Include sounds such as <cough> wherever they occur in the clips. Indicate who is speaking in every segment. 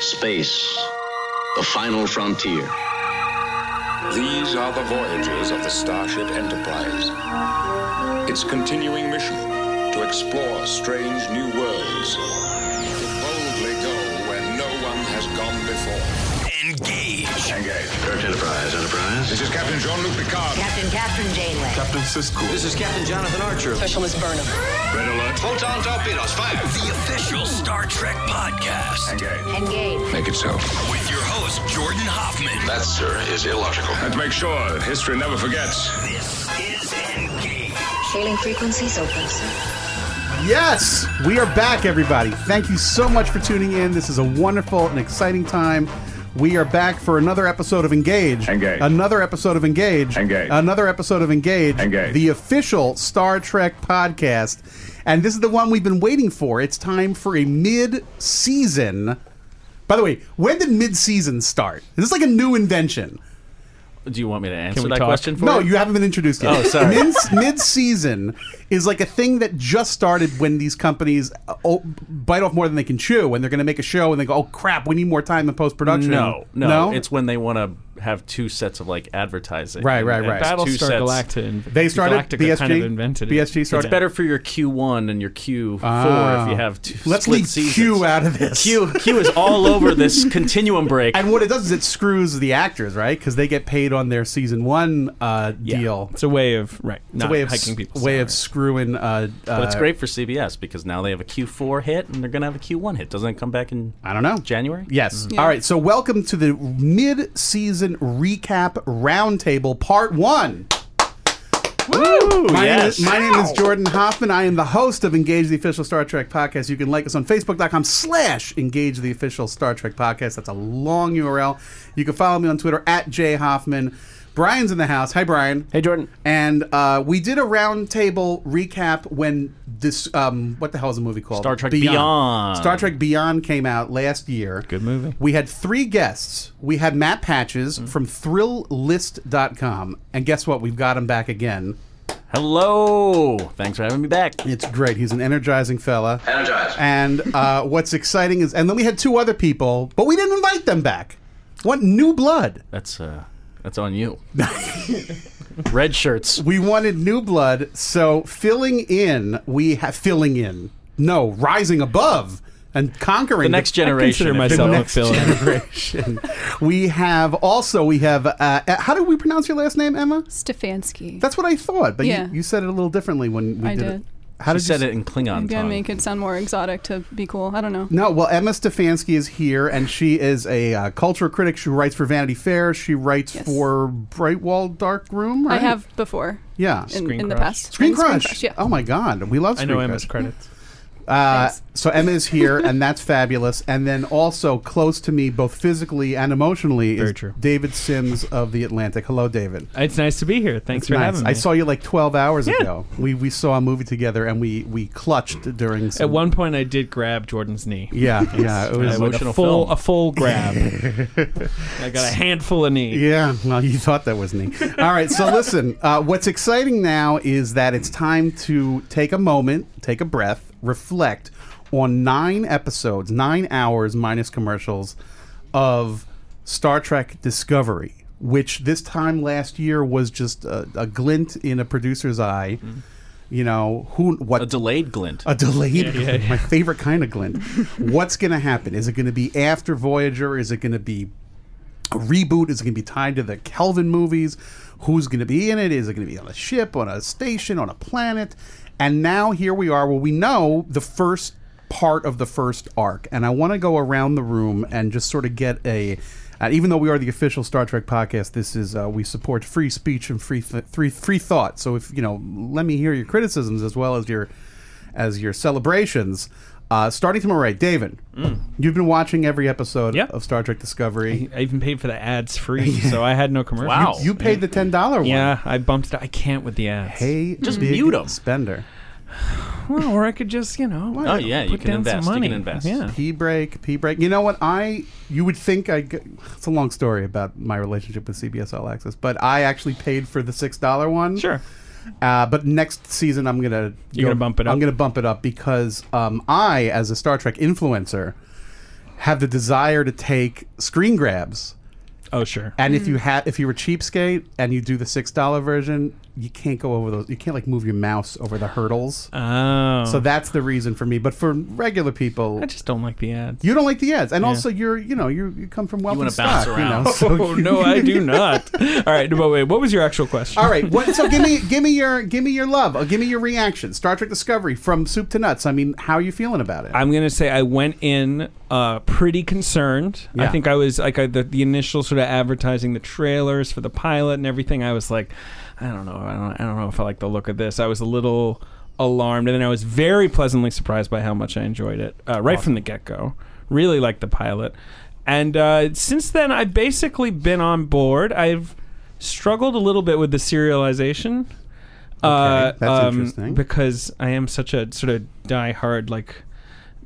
Speaker 1: Space, the final frontier.
Speaker 2: These are the voyages of the Starship Enterprise. Its continuing mission to explore strange new worlds, to boldly go where no one has gone before.
Speaker 3: Engage.
Speaker 2: Engage.
Speaker 1: Search Enterprise, Enterprise.
Speaker 2: This is Captain Jean Luc Picard.
Speaker 4: Captain Catherine Janeway.
Speaker 3: Captain Cisco. This is Captain Jonathan Archer.
Speaker 4: Specialist Burnham.
Speaker 2: Red alert.
Speaker 1: Photon torpedoes, fire.
Speaker 3: The official Star Trek podcast
Speaker 2: Engage.
Speaker 4: Engage.
Speaker 2: Make it so.
Speaker 3: with your host, Jordan Hoffman.
Speaker 1: That, sir, is illogical.
Speaker 2: And make sure history never forgets.
Speaker 3: This is Engage.
Speaker 4: Hailing frequencies open, sir.
Speaker 5: Yes, we are back, everybody. Thank you so much for tuning in. This is a wonderful and exciting time. We are back for another episode of Engage.
Speaker 2: Engage.
Speaker 5: Another episode of Engage.
Speaker 2: Engage.
Speaker 5: Another episode of Engage.
Speaker 2: Engage.
Speaker 5: The official Star Trek podcast. And this is the one we've been waiting for. It's time for a mid season. By the way, when did mid season start? Is this like a new invention?
Speaker 6: Do you want me to answer
Speaker 7: we
Speaker 6: that
Speaker 7: talk?
Speaker 6: question for
Speaker 5: no,
Speaker 6: you?
Speaker 5: you haven't been introduced yet. <laughs>
Speaker 6: Oh, sorry.
Speaker 5: Mid, mid-season is like a thing that just started when these companies uh, oh, bite off more than they can chew, and they're going to make a show, and they go, "Oh crap, we need more time in post-production."
Speaker 6: No, no, It's when they want to have two sets of like advertising.
Speaker 5: Right,
Speaker 6: And-
Speaker 5: right,
Speaker 6: and
Speaker 5: right.
Speaker 6: two
Speaker 7: Battlestar
Speaker 6: sets-
Speaker 7: Galacta. inv-
Speaker 5: they started.
Speaker 7: Galactica
Speaker 5: BSG
Speaker 7: kind of invented it.
Speaker 5: BSG started. Ah.
Speaker 6: It's better for your Q1 and your Q4 if you have two.
Speaker 5: Let's
Speaker 6: split
Speaker 5: leave
Speaker 6: seasons.
Speaker 5: Q out of this.
Speaker 6: <laughs> Q Q is all
Speaker 5: <laughs>
Speaker 6: over this continuum break.
Speaker 5: And what it does is it screws the actors, right? Because they get paid on their season one uh,
Speaker 6: Yeah.
Speaker 5: deal.
Speaker 7: It's a way of right.
Speaker 5: It's
Speaker 7: Not
Speaker 5: a way of
Speaker 7: hiking
Speaker 5: s-
Speaker 7: people.
Speaker 5: way of screwing. Uh, uh,
Speaker 6: But it's great for CBS because now they have a Q4 hit and they're gonna have a Q1 hit. Doesn't it come back in
Speaker 5: I don't know.
Speaker 6: January?
Speaker 5: Yes. All right. So, welcome to the mid season recap roundtable, part one. Woo! My,
Speaker 6: yes.
Speaker 5: name is, my name is Jordan Hoffman. I am the host of Engage the Official Star Trek Podcast. You can like us on Facebook.com slash Engage the Official Star Trek Podcast. That's a long URL. You can follow me on Twitter at J Hoffman. Brian's in the house. Hi, Brian.
Speaker 7: Hey Jordan.
Speaker 5: And uh, we did a roundtable recap when this um, what the hell is the movie called?
Speaker 6: Star Trek Beyond.
Speaker 5: Star Trek Beyond came out last year.
Speaker 7: Good movie.
Speaker 5: We had three guests. We had Matt Patches
Speaker 6: Mm.
Speaker 5: from ThrillList.com, and guess what? We've got him back again.
Speaker 6: Hello. Thanks for having me back.
Speaker 5: It's great. He's an energizing fella.
Speaker 1: Energize.
Speaker 5: And uh, what's exciting is, and then we had two other people, but we didn't invite them back. Want new blood?
Speaker 6: That's uh that's on you. Red shirts.
Speaker 5: We wanted new blood, so filling in, we have filling in. No, rising above and conquering
Speaker 6: The next
Speaker 7: I
Speaker 6: generation.
Speaker 7: consider
Speaker 6: if you
Speaker 7: myself
Speaker 6: will.
Speaker 7: a
Speaker 5: <laughs>
Speaker 7: filler.
Speaker 5: generation. we have also we have. Uh, how do we pronounce your last name, Emma?
Speaker 8: Stefanski.
Speaker 5: That's what I thought, but
Speaker 8: Yeah.
Speaker 5: you, you said it a little differently when we
Speaker 8: I
Speaker 5: did,
Speaker 8: did.
Speaker 5: it. How
Speaker 6: She
Speaker 5: did
Speaker 6: said
Speaker 5: you
Speaker 6: it in Klingon
Speaker 8: Gotta
Speaker 6: tongue.
Speaker 8: make it sound more exotic to be cool. I don't know.
Speaker 5: No, well, Emma Stefanski is here, and she is a uh, culture critic. She writes for Vanity Fair. She writes
Speaker 8: Yes.
Speaker 5: for Bright Wall Dark Room. Right?
Speaker 8: I have before
Speaker 5: yeah.
Speaker 8: in,
Speaker 7: Screen
Speaker 8: in the
Speaker 7: Crush.
Speaker 8: past.
Speaker 5: Screen
Speaker 8: And
Speaker 5: Crush.
Speaker 8: yeah.
Speaker 5: Oh my God, we love.
Speaker 7: I
Speaker 5: Screen
Speaker 7: know
Speaker 5: Crush.
Speaker 7: Emma's credits.
Speaker 5: Uh,
Speaker 8: Thanks.
Speaker 5: so Emma is here, and
Speaker 7: <laughs>
Speaker 5: that's fabulous. And then also close to me, both physically and emotionally,
Speaker 7: Very
Speaker 5: is
Speaker 7: true.
Speaker 5: David Sims of the Atlantic. Hello, David.
Speaker 7: It's nice to be here. Thanks
Speaker 5: It's
Speaker 7: for
Speaker 5: nice.
Speaker 7: having me.
Speaker 5: I saw you like 12 hours ago. We we saw a movie together, and we we clutched during. Some,
Speaker 7: At one point, I did grab Jordan's knee. <laughs>
Speaker 5: Yeah, yeah, it was.
Speaker 7: Like
Speaker 6: Emotional
Speaker 7: a full,
Speaker 6: film.
Speaker 7: a full grab. I got a handful of knee.
Speaker 5: Yeah, well, you thought that was neat. All right, so listen, uh, what's exciting now is that it's time to take a moment, take a breath, reflect on nine episodes, nine hours minus commercials of Star Trek Discovery, which this time last year was just a, a glint in a producer's eye.
Speaker 7: Mm-hmm.
Speaker 5: You know, who, what,
Speaker 6: a delayed glint.
Speaker 5: a delayed,
Speaker 7: yeah, yeah.
Speaker 5: <laughs> my favorite kind
Speaker 7: <laughs>
Speaker 5: of glint. What's going to happen? Is it going to be after Voyager? Is it going to be a reboot? Is it going to be tied to the Kelvin movies? Who's going to be in it? Is it going to be on a ship, on a station, on a planet? And now here we are. Well, we know the first part of the first arc, and I want to go around the room and just sort of get a. Uh, even though we are the official Star Trek podcast, this is uh, we support free speech and free th- free free thought. So if you know, let me hear your criticisms as well as your as your celebrations. Uh, starting tomorrow, right, David? You've been watching every episode
Speaker 7: Mm. Yeah.
Speaker 5: of Star Trek Discovery.
Speaker 7: I even paid for the ads <laughs> free, so I had no commercial.
Speaker 6: Wow.
Speaker 5: You paid the ten dollar one.
Speaker 7: Yeah, I bumped it. I can't with the ads.
Speaker 5: Hey,
Speaker 6: Just
Speaker 5: big
Speaker 6: mute 'em.
Speaker 5: Spender.
Speaker 7: Well, or I could just, you know.
Speaker 6: Oh, yeah, you
Speaker 7: put
Speaker 6: can
Speaker 7: down
Speaker 6: invest, you
Speaker 7: Some
Speaker 6: can
Speaker 7: money.
Speaker 6: invest.
Speaker 7: Yeah.
Speaker 5: P break, P break. You know what? I you would think I. g- It's a long story about my relationship with CBS All Access, but I actually paid for the six dollar one.
Speaker 7: Sure.
Speaker 5: Uh, but next season, I'm gonna
Speaker 7: You're gonna bump it
Speaker 5: I'm
Speaker 7: up?
Speaker 5: gonna bump it up because um, I, as a Star Trek influencer, have the desire to take screen grabs.
Speaker 7: Oh, sure.
Speaker 5: And if you had, if you were cheapskate and you do the six dollar version, you can't go over those. You can't like move your mouse over the hurdles.
Speaker 7: Oh.
Speaker 5: so that's the reason for me. But for regular people,
Speaker 7: I just don't like the ads.
Speaker 5: you don't like the ads, and also you're, you know, you you come from wealthy
Speaker 6: wanna
Speaker 5: stock,
Speaker 6: bounce around.
Speaker 5: You know, so
Speaker 7: <laughs> Oh
Speaker 5: you-
Speaker 7: no, I
Speaker 5: <laughs>
Speaker 7: do not. <laughs> All right, but wait. What was your actual question?
Speaker 5: All right, what, so give me give me your give me your love, uh, give me your reaction. Star Trek Discovery from soup to nuts. I mean, how are you feeling about it?
Speaker 7: I'm gonna say I went in uh, pretty concerned.
Speaker 5: Yeah.
Speaker 7: I think I was like I, the, the initial sort of advertising, the trailers for the pilot and everything. I was like, I don't know, I don't, I don't know if I like the look of this. I was a little alarmed, and then I was very pleasantly surprised by how much I enjoyed it uh, right from the get go. Really liked the pilot, and uh, since then I've basically been on board. I've struggled a little bit with the serialization. Uh,
Speaker 5: that's interesting.
Speaker 7: Because I am such a sort of die-hard like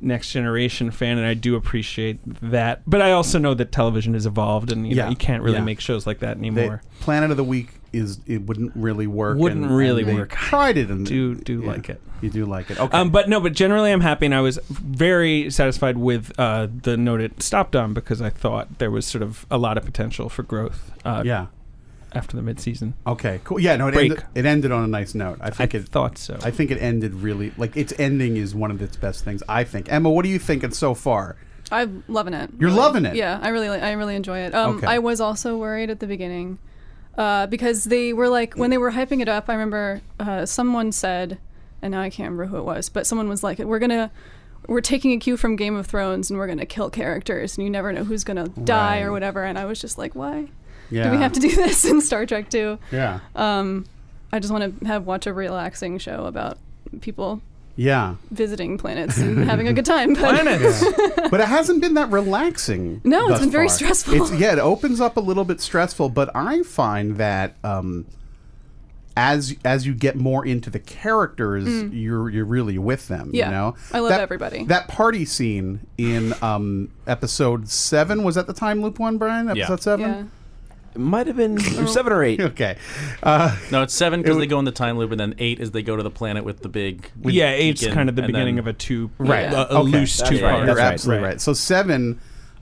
Speaker 7: next generation fan, and I do appreciate that. But I also know that television has evolved, and you,
Speaker 5: Yeah,
Speaker 7: know, you can't really
Speaker 5: yeah.
Speaker 7: make shows like that
Speaker 5: They-
Speaker 7: anymore.
Speaker 5: Planet of the Week is it wouldn't really work.
Speaker 7: Wouldn't really
Speaker 5: they
Speaker 7: work.
Speaker 5: Tried it and
Speaker 7: do- do like it.
Speaker 5: You do like it. Okay.
Speaker 7: Um, but no, but generally I'm happy, and I was very satisfied with uh, the note it stopped on because I thought there was sort of a lot of potential for growth uh,
Speaker 5: yeah.
Speaker 7: after the midseason.
Speaker 5: Okay. Cool. Yeah. No. It,
Speaker 7: Break.
Speaker 5: ended, it ended on a nice note. I think
Speaker 7: I
Speaker 5: it.
Speaker 7: thought so.
Speaker 5: I think it ended really like its ending is one of its best things. I think. Emma, what are you thinking so far?
Speaker 8: <laughs> I'm loving it.
Speaker 7: Uh,
Speaker 5: You're
Speaker 8: really.
Speaker 5: loving it?
Speaker 8: Yeah, I really, I really enjoy it. Um,
Speaker 5: Okay.
Speaker 8: I was also worried at the beginning uh, because they were like when they were hyping it up. I remember uh, someone said, and now I can't remember who it was, but someone was like, "We're gonna." We're taking a cue from Game of Thrones, and we're gonna kill characters, and you never know who's gonna die
Speaker 5: Right.
Speaker 8: or whatever. And I was just like, "Why
Speaker 5: Yeah.
Speaker 8: do we have to do <laughs> this in Star Trek too?"
Speaker 5: Yeah.
Speaker 8: I just want to have watch a relaxing show about people
Speaker 5: yeah.
Speaker 8: visiting planets
Speaker 5: <laughs>
Speaker 8: and having a good time. But
Speaker 7: Planets.
Speaker 5: but it hasn't been that relaxing.
Speaker 8: <laughs> No, it's
Speaker 5: thus
Speaker 8: been very
Speaker 5: far.
Speaker 8: stressful.
Speaker 5: It's, yeah, it opens up a little bit stressful, but I find that um, as as you get more into the characters, you're you're really with them.
Speaker 8: Mm. Yeah.
Speaker 5: you know,
Speaker 8: I love
Speaker 5: That-
Speaker 8: everybody.
Speaker 5: That party scene in um, episode seven was that the time loop one, Brian? Episode seven.
Speaker 8: yeah.
Speaker 9: It might have been seven or eight.
Speaker 5: <laughs> Okay,
Speaker 6: No, it's seven because they go in the time loop, and then eight is they go to the planet with the big.
Speaker 7: yeah, eight's
Speaker 6: beacon,
Speaker 7: kind of the
Speaker 6: and
Speaker 7: beginning
Speaker 6: then-
Speaker 7: of a two,
Speaker 8: Right.
Speaker 7: a, a
Speaker 5: Okay.
Speaker 7: loose
Speaker 5: That's
Speaker 7: two
Speaker 6: right.
Speaker 7: part.
Speaker 5: you're
Speaker 9: That's right,
Speaker 5: absolutely right. So seven,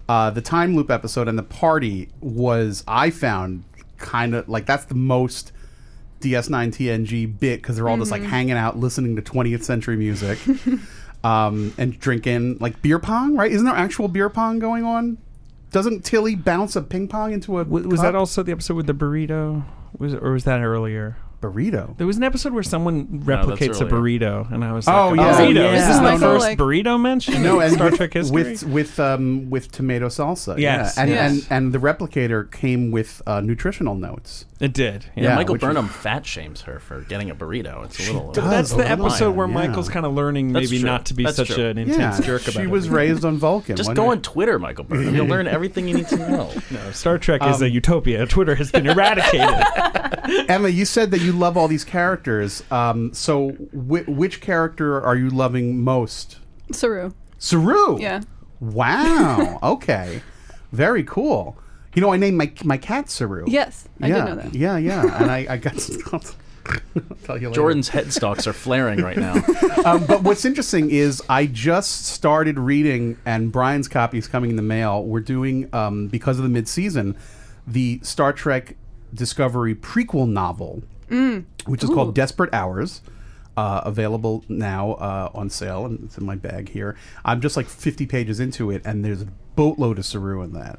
Speaker 5: uh, the time loop episode and the party was I found kind of like that's the most DS9 TNG bit because they're all just like hanging out, listening to 20th century music, um, and drinking like beer pong. Right? Isn't there actual beer pong going on? Doesn't Tilly bounce a ping pong into a
Speaker 7: W- was that
Speaker 5: cup?
Speaker 7: also the episode with the burrito? Was or was that earlier?
Speaker 5: burrito?
Speaker 7: There was an episode where someone replicates a
Speaker 6: earlier.
Speaker 7: burrito, and I was
Speaker 5: Oh,
Speaker 7: like, burrito.
Speaker 5: yeah.
Speaker 9: Oh,
Speaker 7: Is
Speaker 9: yeah.
Speaker 7: this
Speaker 9: This
Speaker 7: the
Speaker 8: is my
Speaker 7: first
Speaker 8: like-
Speaker 7: burrito mention?
Speaker 5: No,
Speaker 7: in
Speaker 5: and
Speaker 7: Star
Speaker 5: with,
Speaker 7: Trek history.
Speaker 5: with with um, with tomato salsa.
Speaker 7: Yes,
Speaker 5: yeah. And,
Speaker 8: yes.
Speaker 5: and and the replicator came with uh, nutritional notes.
Speaker 7: it did.
Speaker 5: Yeah,
Speaker 6: Michael
Speaker 5: which is-
Speaker 6: Burnham fat shames her for getting a burrito. It's a little. uh,
Speaker 5: does.
Speaker 7: That's
Speaker 5: Oh,
Speaker 7: the
Speaker 5: come on,
Speaker 7: episode where
Speaker 5: yeah.
Speaker 7: Michael's kind of learning
Speaker 6: That's
Speaker 7: maybe
Speaker 6: true.
Speaker 7: not to be
Speaker 6: That's
Speaker 7: such
Speaker 6: true.
Speaker 7: an intense jerk about
Speaker 5: she
Speaker 7: it.
Speaker 5: was raised on Vulcan.
Speaker 6: Just
Speaker 5: Why
Speaker 6: go
Speaker 5: not?
Speaker 6: on Twitter, Michael Burnham. You'll learn everything you need to know.
Speaker 7: Star Trek is
Speaker 5: Um,
Speaker 7: a utopia. Twitter has been
Speaker 5: <laughs>
Speaker 7: eradicated.
Speaker 5: Emma, you said that you love all these characters. Um, so, whi which character are you loving most?
Speaker 8: Saru.
Speaker 5: Saru.
Speaker 8: Yeah. <laughs>
Speaker 5: Wow. okay. Very cool. You know, I named my my cat Saru.
Speaker 8: Yes, I
Speaker 5: yeah.
Speaker 8: did know that.
Speaker 5: Yeah, yeah. And I, I got. <laughs> I'll tell you later.
Speaker 6: Jordan's headstalks are flaring right now.
Speaker 5: um, but what's interesting is I just started reading, and Brian's copy is coming in the mail. We're doing um, because of the mid-season, the Star Trek Discovery prequel novel,
Speaker 8: Mm.
Speaker 5: which is called Desperate Hours. Uh, available now uh, on sale, and it's in my bag here. I'm just like 50 pages into it, and there's a boatload of Saru in that.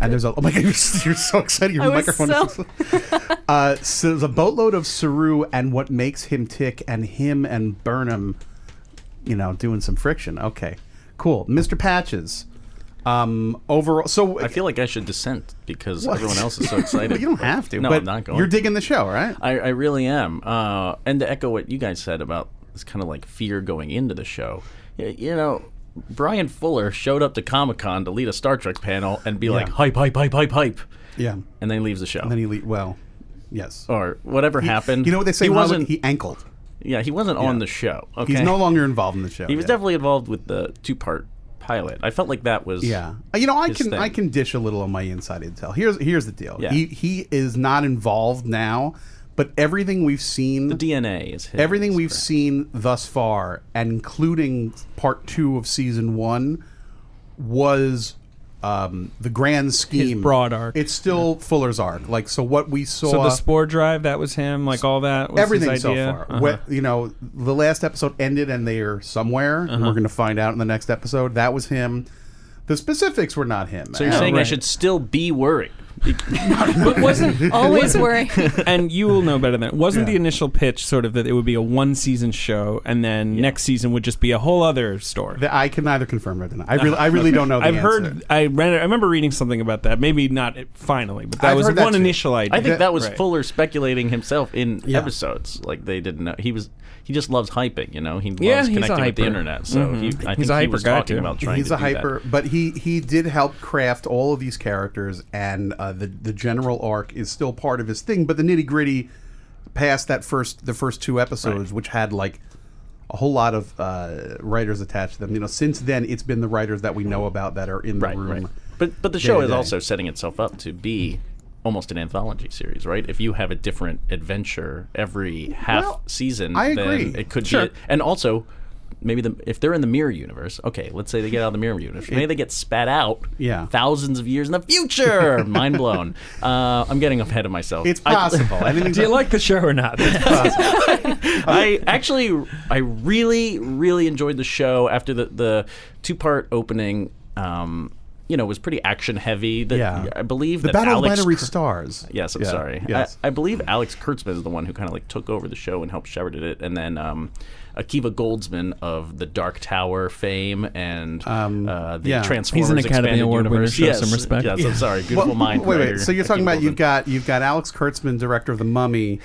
Speaker 5: And there's a oh my god, <laughs> you're, you're so excited. Your
Speaker 8: I was
Speaker 5: microphone is
Speaker 8: so-
Speaker 5: <laughs> uh, so there's a boatload of Saru and what makes him tick, and him and Burnham, you know, doing some friction. Okay, cool. Mr. Patches. Um, overall, so
Speaker 6: I feel like I should dissent because
Speaker 5: What?
Speaker 6: everyone else
Speaker 5: <laughs>
Speaker 6: is so excited.
Speaker 5: but you don't have to.
Speaker 6: No,
Speaker 5: but
Speaker 6: I'm not going.
Speaker 5: You're digging the show, right?
Speaker 6: I, I really am. Uh, and to echo what you guys said about this kind of like fear going into the show, y- you know, Brian Fuller showed up to Comic Con to lead a Star Trek panel and be like hype, hype, hype, hype, hype.
Speaker 5: Yeah.
Speaker 6: And then he leaves the show. And
Speaker 5: then he leaves. Well, yes.
Speaker 6: Or whatever
Speaker 5: He-
Speaker 6: happened.
Speaker 5: you know what they say
Speaker 6: He
Speaker 5: in Hollywood?
Speaker 6: wasn't.
Speaker 5: He ankled.
Speaker 6: yeah, he wasn't on the show. Okay.
Speaker 5: He's no longer involved in the show.
Speaker 6: He was
Speaker 5: yeah.
Speaker 6: definitely involved with the two part pilot. I felt like that was.
Speaker 5: Yeah, Uh, you know, I
Speaker 6: his
Speaker 5: can I
Speaker 6: thing.
Speaker 5: can dish a little on my inside intel. Here's here's the deal.
Speaker 6: Yeah.
Speaker 5: He he is not involved now, but everything we've seen, the
Speaker 6: DNA is his,
Speaker 5: everything we've seen thus far, and including part two of season one, was um, the grand scheme, broad
Speaker 7: arc.
Speaker 5: It's still Fuller's arc. Like so, what we saw.
Speaker 7: So the spore drive, that was him. Like all that. Was
Speaker 5: Everything
Speaker 7: his
Speaker 5: so
Speaker 7: idea?
Speaker 5: far.
Speaker 7: Uh-huh.
Speaker 5: What- you know, the last episode ended and they are somewhere. and We're
Speaker 7: Uh-huh.
Speaker 5: going to find out in the next episode. That was him. The specifics were not him.
Speaker 6: So you're saying I should still be worried?
Speaker 7: but
Speaker 5: <laughs>
Speaker 7: wasn't
Speaker 8: Always
Speaker 7: wasn't-
Speaker 8: worry.
Speaker 7: and you will know better than wasn't the initial pitch sort of that it would be a one season show and then next season would just be a whole other story.
Speaker 5: That I can neither confirm nor deny.
Speaker 7: <laughs>
Speaker 5: I really, I really don't know. The
Speaker 7: I've
Speaker 5: answer.
Speaker 7: heard. I read. I remember reading something about that. Maybe not it- finally, but that
Speaker 5: I've
Speaker 7: was
Speaker 5: heard
Speaker 7: one
Speaker 5: that too.
Speaker 7: initial idea.
Speaker 6: I think that was
Speaker 7: Right.
Speaker 6: Fuller speculating himself in
Speaker 7: Yeah.
Speaker 6: episodes. Like they didn't know he was. He just loves hyping. You know, he loves
Speaker 7: Yeah, he's a
Speaker 6: connecting with the
Speaker 7: hyper.
Speaker 6: internet. So
Speaker 7: Mhm.
Speaker 6: he, I
Speaker 7: He's
Speaker 6: think
Speaker 7: a
Speaker 6: he
Speaker 7: hyper
Speaker 6: was
Speaker 7: guy,
Speaker 6: talking
Speaker 7: too.
Speaker 6: about trying.
Speaker 5: He's
Speaker 6: to
Speaker 5: a
Speaker 6: do that.
Speaker 5: hyper, but he he did help craft all of these characters, and uh, the the general arc is still part of his thing. But the nitty gritty, past that first the first two episodes, which had like a whole lot of uh, writers attached to them. You know, since then it's been the writers that we know about that are in the room.
Speaker 6: But but the
Speaker 5: day
Speaker 6: show
Speaker 5: to
Speaker 6: is
Speaker 5: day.
Speaker 6: also setting itself up to be almost an anthology series, right? If you have a different adventure every half
Speaker 5: Well,
Speaker 6: season,
Speaker 5: I
Speaker 6: then
Speaker 5: agree.
Speaker 6: it could
Speaker 5: Sure.
Speaker 6: be. And also, maybe the if they're in the mirror universe, okay, let's say they get out of the mirror universe, maybe they get spat out,
Speaker 5: Yeah.
Speaker 6: thousands of years in
Speaker 5: <laughs>
Speaker 6: the future. Mind blown. Uh, I'm getting ahead of myself.
Speaker 5: It's
Speaker 6: I-
Speaker 5: possible.
Speaker 6: <laughs>
Speaker 5: Anything's- Do you
Speaker 7: like the show or not? <laughs>
Speaker 5: <laughs>
Speaker 6: I actually, I really, really enjoyed the show after the, the two part opening. Um, you know, was pretty action heavy. The,
Speaker 5: Yeah.
Speaker 6: I believe
Speaker 5: The
Speaker 6: that
Speaker 5: Battle of
Speaker 6: Alex
Speaker 5: Binary
Speaker 6: Kur-
Speaker 5: Stars.
Speaker 6: Yes, I'm
Speaker 5: Yeah,
Speaker 6: sorry.
Speaker 5: yes.
Speaker 6: I, I believe Alex Kurtzman is the one who kind of like took over the show and helped shepherd it, and then um, Akiva Goldsman of the Dark Tower fame and uh, the
Speaker 5: Um, yeah. He's an
Speaker 6: Transformers
Speaker 7: Academy
Speaker 6: Expanded
Speaker 7: Award winner,
Speaker 6: Universe.
Speaker 7: show
Speaker 6: yes,
Speaker 7: some respect.
Speaker 6: Yes,
Speaker 7: Yeah.
Speaker 5: <laughs>
Speaker 6: I'm sorry. Beautiful
Speaker 5: Well,
Speaker 6: mind.
Speaker 5: Oh, Wait,
Speaker 6: writer,
Speaker 5: wait. So you're talking about
Speaker 6: Akiva Goldsman.
Speaker 5: you've got you've got Alex Kurtzman, director of The Mummy,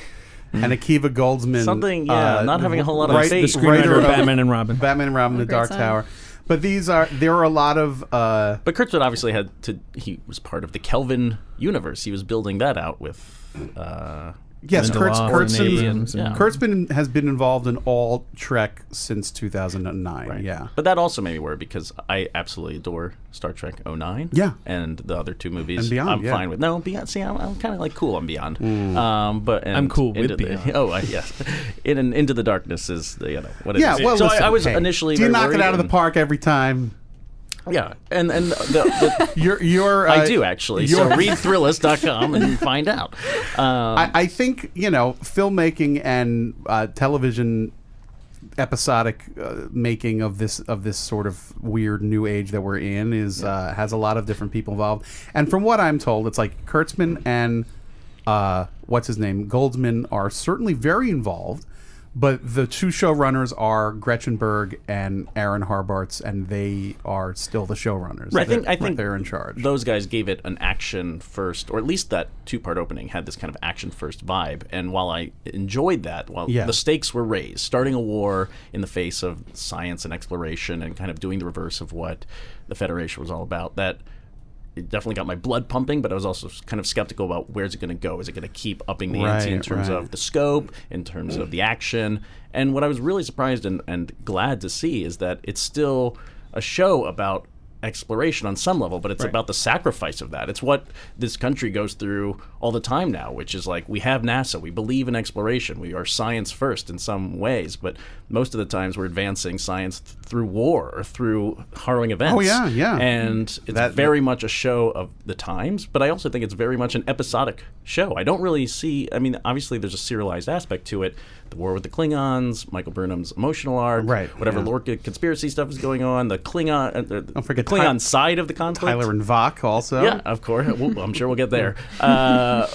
Speaker 5: and Akiva Goldsman.
Speaker 6: Mm. Something, yeah,
Speaker 5: uh,
Speaker 6: not having a whole lot of
Speaker 5: write-
Speaker 6: faith.
Speaker 7: The screenwriter
Speaker 5: writer
Speaker 7: of
Speaker 5: of-
Speaker 7: Batman and Robin.
Speaker 5: Batman and Robin, The
Speaker 8: Great
Speaker 5: Dark
Speaker 8: song.
Speaker 5: Tower. But these are there are a lot of uh,
Speaker 6: But Kurtzman obviously had to. He was part of the Kelvin universe. He was building that out with. Uh,
Speaker 5: yes,
Speaker 7: Lindelof
Speaker 5: Kurtz,
Speaker 7: and Abrams
Speaker 5: Kurtzman.
Speaker 7: and-
Speaker 5: Kurtzman has been involved in all Trek since 2009. Yeah,
Speaker 6: But that also made me worried because I absolutely adore Star Trek 09.
Speaker 5: Yeah.
Speaker 6: And the other two movies.
Speaker 5: And Beyond,
Speaker 6: I'm
Speaker 5: yeah. Mm.
Speaker 6: fine with. No, Beyond. See, I'm, I'm kind of like cool on Beyond. Um, but and
Speaker 7: I'm cool with
Speaker 6: Into the-
Speaker 7: Beyond.
Speaker 6: oh, I, yes. <laughs> In and Into the Darkness is the, you know, what it
Speaker 5: yeah.
Speaker 6: is.
Speaker 5: Well,
Speaker 6: so I-
Speaker 5: listen,
Speaker 6: I, was
Speaker 5: hey,
Speaker 6: initially.
Speaker 5: do you
Speaker 6: very
Speaker 5: knock it
Speaker 6: worried
Speaker 5: out of the
Speaker 6: and-
Speaker 5: park every time?
Speaker 6: Yeah. And,
Speaker 5: <laughs>
Speaker 6: and the. the
Speaker 5: You're you're. Uh,
Speaker 6: I do actually. So
Speaker 5: you're-
Speaker 6: read Thrillist.com and find out.
Speaker 5: <laughs>
Speaker 6: Um,
Speaker 5: I, I think you know filmmaking and uh, television episodic uh, making of this of this sort of weird new age that we're in is uh, has a lot of different people involved. And from what I'm told, it's like Kurtzman and uh, what's his name Goldsman are certainly very involved. But the two showrunners are Gretchen Berg and Aaron Harbarts, and they are still the showrunners.
Speaker 6: I think
Speaker 5: They're-
Speaker 6: I think
Speaker 5: they're in charge.
Speaker 6: Those guys gave it an action first, or at least that two part opening had this kind of action first vibe. And while I enjoyed that, while
Speaker 5: Yeah.
Speaker 6: the stakes were raised, starting a war in the face of science and exploration, and kind of doing the reverse of what the Federation was all about, that. It definitely got my blood pumping, but I was also kind of skeptical about where's it going to go. Is it going to keep upping the ante in
Speaker 5: Right,
Speaker 6: terms
Speaker 5: right.
Speaker 6: of the scope, in terms of the action. And what I was really surprised and, and glad to see is that it's still a show about exploration on some level, but it's about the sacrifice of that. It's what this country goes through all the time now, which is like we have NASA, we believe in exploration, we are science first in some ways, but most of the times we're advancing science th- through war or through harrowing events.
Speaker 5: Oh, yeah, yeah.
Speaker 6: And it's very much a show of the times, but I also think it's very much an episodic show. I don't really see. I mean, obviously, there's a serialized aspect to it. The war with the Klingons, Michael Burnham's emotional arc,
Speaker 5: Right,
Speaker 6: Whatever
Speaker 5: yeah.
Speaker 6: Lorca conspiracy stuff is going on, the Klingon, uh, the,
Speaker 5: Don't forget
Speaker 6: the Klingon
Speaker 5: Ty-
Speaker 6: side of the conflict.
Speaker 5: Tyler and Vach also.
Speaker 6: Yeah, of course. We'll- I'm sure we'll get there. Uh,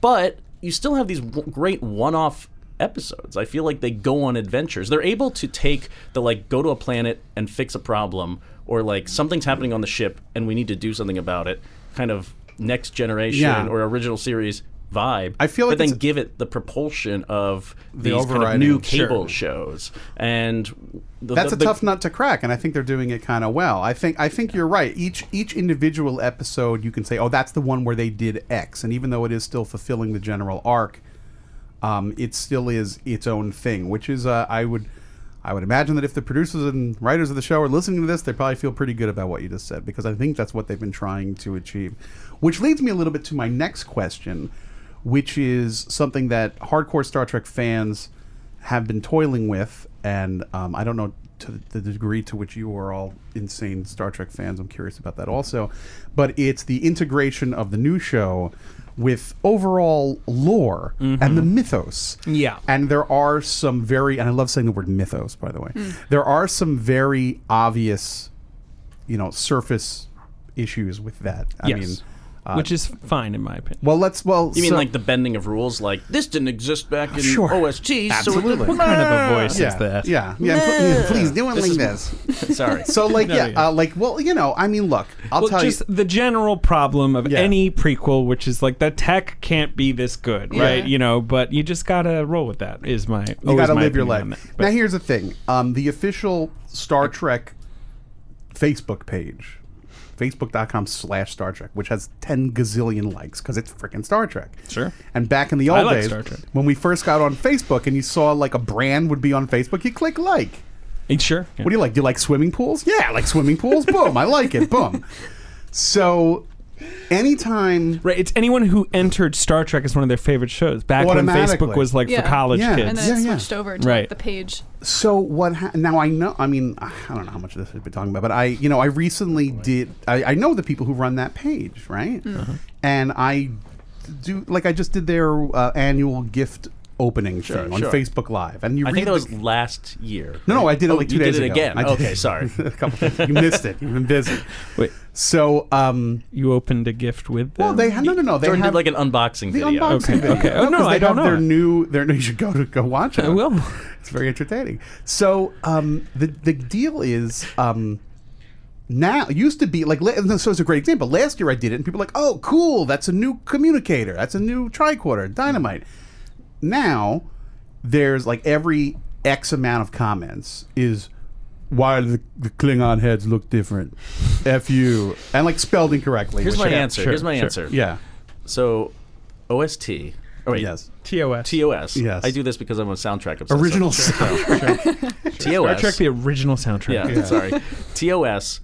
Speaker 6: but you still have these w- great one-off episodes. I feel like they go on adventures. They're able to take the like go to a planet and fix a problem, or like something's happening on the ship and we need to do something about it. Kind of next generation
Speaker 5: Yeah.
Speaker 6: or original series vibe.
Speaker 5: I feel like
Speaker 6: but then
Speaker 5: it's a-
Speaker 6: give it the propulsion of
Speaker 5: The
Speaker 6: these kind of
Speaker 5: overriding-
Speaker 6: new
Speaker 5: Sure.
Speaker 6: cable shows. And the,
Speaker 5: That's
Speaker 6: the-
Speaker 5: a
Speaker 6: the-
Speaker 5: tough nut to crack, and I think they're doing it kind of well. I think I think you're right. Each each individual episode, you can say, "Oh, that's the one where they did X," and even though it is still fulfilling the general arc, um, it still is its own thing. Which is, uh, I would, I would imagine that if the producers and writers of the show are listening to this, they probably feel pretty good about what you just said because I think that's what they've been trying to achieve. Which leads me a little bit to my next question, which is something that hardcore Star Trek fans have been toiling with, and um, I don't know to the degree to which you are all insane Star Trek fans. I'm curious about that also, but it's the integration of the new show with overall lore and the mythos.
Speaker 7: Mm-hmm. Yeah.
Speaker 5: and there are some very and I love saying the word mythos. By the way,
Speaker 7: Mm.
Speaker 5: there are some very obvious, you know, surface issues with that. I
Speaker 6: Yes.
Speaker 5: mean,
Speaker 6: Which
Speaker 7: is fine in my opinion.
Speaker 5: Well, let's well.
Speaker 6: You mean
Speaker 5: so-
Speaker 6: like the bending of rules? Like this didn't exist back in
Speaker 5: Sure.
Speaker 6: OST. So
Speaker 5: Absolutely.
Speaker 6: it-
Speaker 5: What <laughs> kind of a
Speaker 7: voice is
Speaker 5: yeah,
Speaker 7: that?
Speaker 5: Yeah, yeah. pl- yeah,
Speaker 7: Nah.
Speaker 5: Please do it
Speaker 7: This
Speaker 5: like
Speaker 7: is-
Speaker 5: this.
Speaker 6: Sorry.
Speaker 5: So
Speaker 7: <laughs>
Speaker 5: like
Speaker 7: No,
Speaker 5: yeah,
Speaker 7: yeah.
Speaker 5: Uh, like well you know I mean look I'll
Speaker 7: well,
Speaker 5: tell
Speaker 7: just
Speaker 5: you
Speaker 7: the general problem of any prequel, which is like the tech can't be this good,
Speaker 5: Yeah.
Speaker 7: right? You know, but you just gotta roll with that. Is my
Speaker 5: you got to live your life. now here's the thing: um, the official Star Trek Facebook page, facebook.com slash Star Trek, which has ten gazillion likes because it's freaking Star Trek. Sure. And back in the
Speaker 7: I
Speaker 5: old
Speaker 7: like
Speaker 5: days,
Speaker 7: Star Trek.
Speaker 5: when we first got on Facebook, and you saw like a brand would be on Facebook, you click like.
Speaker 7: Sure.
Speaker 5: What do you like? Do you like swimming pools? Yeah, I like swimming pools. Boom, I like it. Boom. So, anytime,
Speaker 7: right? It's anyone who entered Star Trek as one of their favorite shows back when
Speaker 5: Automatically.
Speaker 7: Facebook was like
Speaker 8: yeah.
Speaker 7: for college
Speaker 5: Yeah,
Speaker 7: kids.
Speaker 8: And then it
Speaker 5: Yeah, yeah.
Speaker 8: switched over to
Speaker 7: Right.
Speaker 8: like, the page.
Speaker 5: So what? Ha- now I know. I mean, I don't know how much of this we've been talking about, but I, you know, I recently did. I, I know the people who run that page, right?
Speaker 7: Mm. Uh-huh.
Speaker 5: And I do like I just did their uh, annual gift opening
Speaker 6: Sure,
Speaker 5: thing on
Speaker 6: sure.
Speaker 5: Facebook Live, and you.
Speaker 6: I
Speaker 5: read
Speaker 6: think that
Speaker 5: the-
Speaker 6: was last year.
Speaker 5: no, no, I did it
Speaker 6: Oh,
Speaker 5: like two
Speaker 6: you
Speaker 5: days
Speaker 6: did it
Speaker 5: ago.
Speaker 6: again.
Speaker 5: I did-
Speaker 6: Okay, sorry.
Speaker 5: a couple things. You missed it. You've been busy. Wait. So, um,
Speaker 7: you opened a gift with them?
Speaker 5: Well, <laughs> they had no, no, no. They
Speaker 6: Jordan
Speaker 5: have
Speaker 6: did like an unboxing
Speaker 5: the
Speaker 6: video.
Speaker 5: unboxing video.
Speaker 7: okay. Oh, no,
Speaker 5: 'cause
Speaker 7: I
Speaker 5: they
Speaker 7: don't
Speaker 5: have
Speaker 7: know
Speaker 5: Their
Speaker 7: it.
Speaker 5: new, their new. <laughs> You should go to go watch it. I
Speaker 7: will.
Speaker 5: It's very entertaining. So um, the the deal is um, now it used to be like la- so. It's a great example. Last year I did it, and people were like, "Oh, cool! That's a new communicator. That's a new tricorder, dynamite." Now there's like every X amount of comments is why do the, the Klingon heads look different. F you and like spelled incorrectly.
Speaker 6: Here's
Speaker 5: which
Speaker 6: my
Speaker 5: I-
Speaker 6: answer.
Speaker 5: Sure,
Speaker 6: Here's my
Speaker 5: sure.
Speaker 6: answer.
Speaker 5: Yeah.
Speaker 6: So, OST. Oh wait.
Speaker 5: Yes.
Speaker 7: TOS.
Speaker 6: TOS.
Speaker 7: Yes.
Speaker 6: I do this because I'm a soundtrack obsessed.
Speaker 7: Original
Speaker 6: So-
Speaker 7: soundtrack.
Speaker 6: TOS.
Speaker 7: Star Trek: The Original Soundtrack.
Speaker 6: <laughs> Yeah, sorry. TOS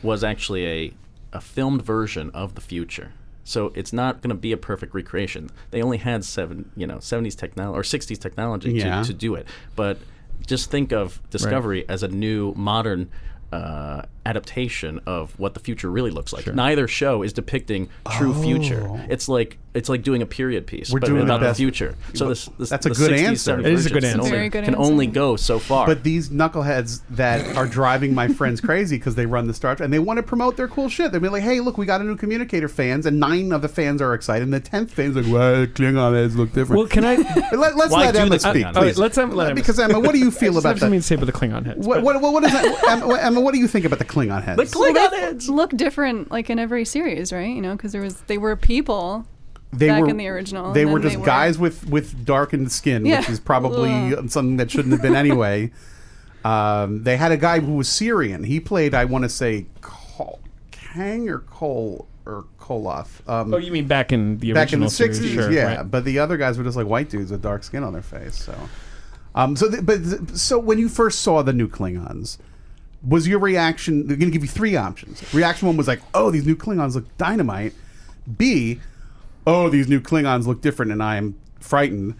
Speaker 6: was actually a, a filmed version of the future. So it's not going to be a perfect recreation. They only had seven, you know, 70s technology or 60s technology
Speaker 9: Yeah.
Speaker 6: to, to do it. But just think of Discovery as a new modern uh, adaptation of what the future really looks like. Neither show is depicting true future.
Speaker 9: Oh.
Speaker 6: It's like it's like doing a period piece,
Speaker 5: We're
Speaker 6: but
Speaker 5: doing the
Speaker 6: about the,
Speaker 5: best-
Speaker 6: future. So this, this
Speaker 5: That's a
Speaker 6: the
Speaker 5: good
Speaker 6: 60s,
Speaker 5: answer.
Speaker 6: 70s
Speaker 5: It is a good
Speaker 6: version
Speaker 5: answer.
Speaker 6: Can
Speaker 5: Very
Speaker 6: only,
Speaker 5: good
Speaker 6: can
Speaker 5: answer.
Speaker 6: only go so far.
Speaker 5: But these knuckleheads that are driving my friends crazy because they run the Star Trek and they want to promote their cool shit. They'll be like, hey, look, we got a new communicator fans, and nine of the fans are excited, and the tenth fan's like, well, Klingon heads look different.
Speaker 7: Well,
Speaker 5: <laughs>
Speaker 7: can I?
Speaker 5: Let, us let Emma speak,
Speaker 7: Uh,
Speaker 5: please.
Speaker 7: uh, let's Emma, let Emma
Speaker 5: because
Speaker 7: speak.
Speaker 5: Emma, what do you feel
Speaker 7: I just
Speaker 5: about
Speaker 7: have something
Speaker 5: that?
Speaker 7: to say about the Klingon heads.
Speaker 5: What, what, what, what is that? Emma, Emma, what do you think about the Klingon heads?
Speaker 8: Well, they look different like in every series, right? You know, because there was they were people
Speaker 5: they
Speaker 8: back
Speaker 5: were,
Speaker 8: in the original. and
Speaker 5: They
Speaker 8: then
Speaker 5: were just guys with with darkened skin,
Speaker 8: Yeah.
Speaker 5: which is probably
Speaker 8: Ugh.
Speaker 5: something that shouldn't have
Speaker 8: <laughs>
Speaker 5: been anyway. um, they had a guy who was Syrian. He played, I want to say, Col- Kang or Cole or Koloff. Um,
Speaker 7: Oh, you mean back in the
Speaker 5: back in the
Speaker 7: original series,
Speaker 5: sixties?
Speaker 7: sure,
Speaker 5: yeah,
Speaker 7: right.
Speaker 5: but the other guys were just like white dudes with dark skin on their face. So, um, so th- but th- so when you first saw the new Klingons. Was your reaction? They're going to give you three options. Reaction one was like, "Oh, these new Klingons look dynamite." B, oh, these new Klingons look different and I am frightened.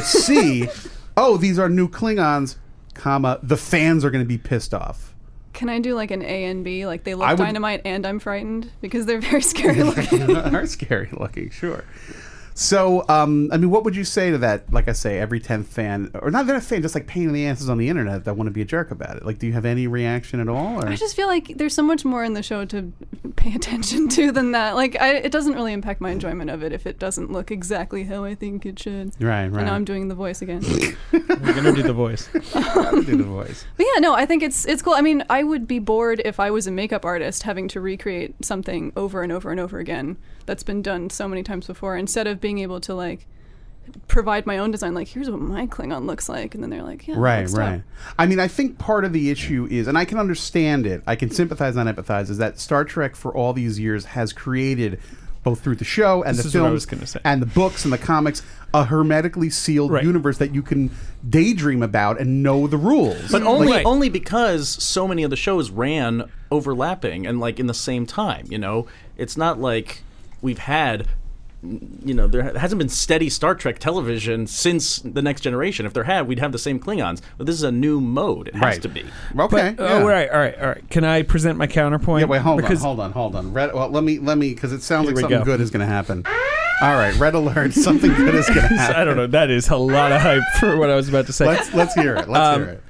Speaker 7: <laughs>
Speaker 5: C, oh, these are new Klingons, comma, the fans are going to be pissed off.
Speaker 8: Can I do like an A and B? Like they look
Speaker 5: I would-
Speaker 8: dynamite and I'm frightened because they're
Speaker 5: <laughs>
Speaker 8: very scary looking.
Speaker 5: are scary looking, sure. So, um, I mean, what would you say to that? Like I say, every 10th fan, or not that a fan, just like pain in the asses on the internet that want to be a jerk about it. Like, do you have any reaction at all? Or?
Speaker 8: I just feel like there's so much more in the show to pay attention to than that. Like, I, it doesn't really impact my enjoyment of it if it doesn't look exactly how I think it should.
Speaker 5: Right,
Speaker 8: And
Speaker 5: right.
Speaker 8: now I'm doing the voice again. <laughs>
Speaker 7: We're gonna do the
Speaker 5: <laughs>
Speaker 7: voice.
Speaker 5: do the voice.
Speaker 8: But yeah, no, I think it's it's cool. I mean, I would be bored if I was a makeup artist having to recreate something over and over and over again that's been done so many times before instead of being able to like provide my own design like here's what my Klingon looks like and then they're like, yeah, it
Speaker 5: right,
Speaker 8: looks dope.
Speaker 5: right. I mean, I think part of the issue is, and I can understand it, I can sympathize and empathize, is that Star Trek for all these years has created, both through the show and
Speaker 7: This
Speaker 5: the
Speaker 7: is what I
Speaker 5: films
Speaker 7: was gonna say.
Speaker 5: and the books and the comics, a hermetically sealed
Speaker 7: Right.
Speaker 5: universe that you can daydream about and know the rules.
Speaker 7: Hmm.
Speaker 6: But only
Speaker 5: Like-
Speaker 6: only because so many of the shows ran overlapping and like in the same time. You know, it's not like we've had. You know, there hasn't been steady Star Trek television since the Next Generation. If there had, we'd have the same Klingons. But this is a new mode. It has
Speaker 5: Right.
Speaker 6: to be.
Speaker 5: okay.
Speaker 7: But, uh,
Speaker 5: yeah.
Speaker 7: all right, all right, all right. Can I present my counterpoint?
Speaker 5: Yeah, wait, hold
Speaker 7: because
Speaker 5: on, hold on, hold on. Red, well, let me, let me, because it sounds
Speaker 7: Here
Speaker 5: like
Speaker 7: we
Speaker 5: something
Speaker 7: go.
Speaker 5: good is going to happen. All right, red alert. <laughs> Something good is going to
Speaker 7: <laughs>
Speaker 5: happen.
Speaker 7: I don't know. That is a lot of hype for what I was about to say.
Speaker 5: Let's let's hear it. Let's
Speaker 7: Um,
Speaker 5: hear it.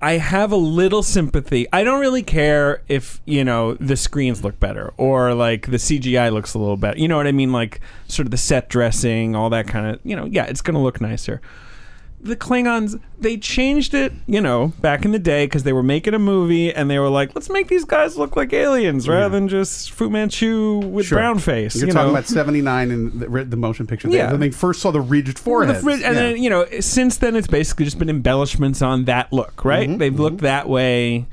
Speaker 7: I have a little sympathy. I don't really care if, you know, the screens look better or like the CGI looks a little better. You know what I mean? Like sort of the set dressing, all that kind of, you know, yeah, it's going to look nicer. The Klingons, they changed it, you know, back in the day because they were making a movie and they were like, let's make these guys look like aliens rather than just Fu Manchu with
Speaker 5: Sure.
Speaker 7: brown face.
Speaker 5: You're
Speaker 7: you
Speaker 5: talking
Speaker 7: know?
Speaker 5: about 79 in the, the motion picture.
Speaker 7: Yeah.
Speaker 5: Yeah. When they first saw the ridged
Speaker 7: Well, the
Speaker 5: forehead.
Speaker 7: fridge- and then you know, since then it's basically just been embellishments on that look, right?
Speaker 5: Mm-hmm,
Speaker 7: They've looked that way,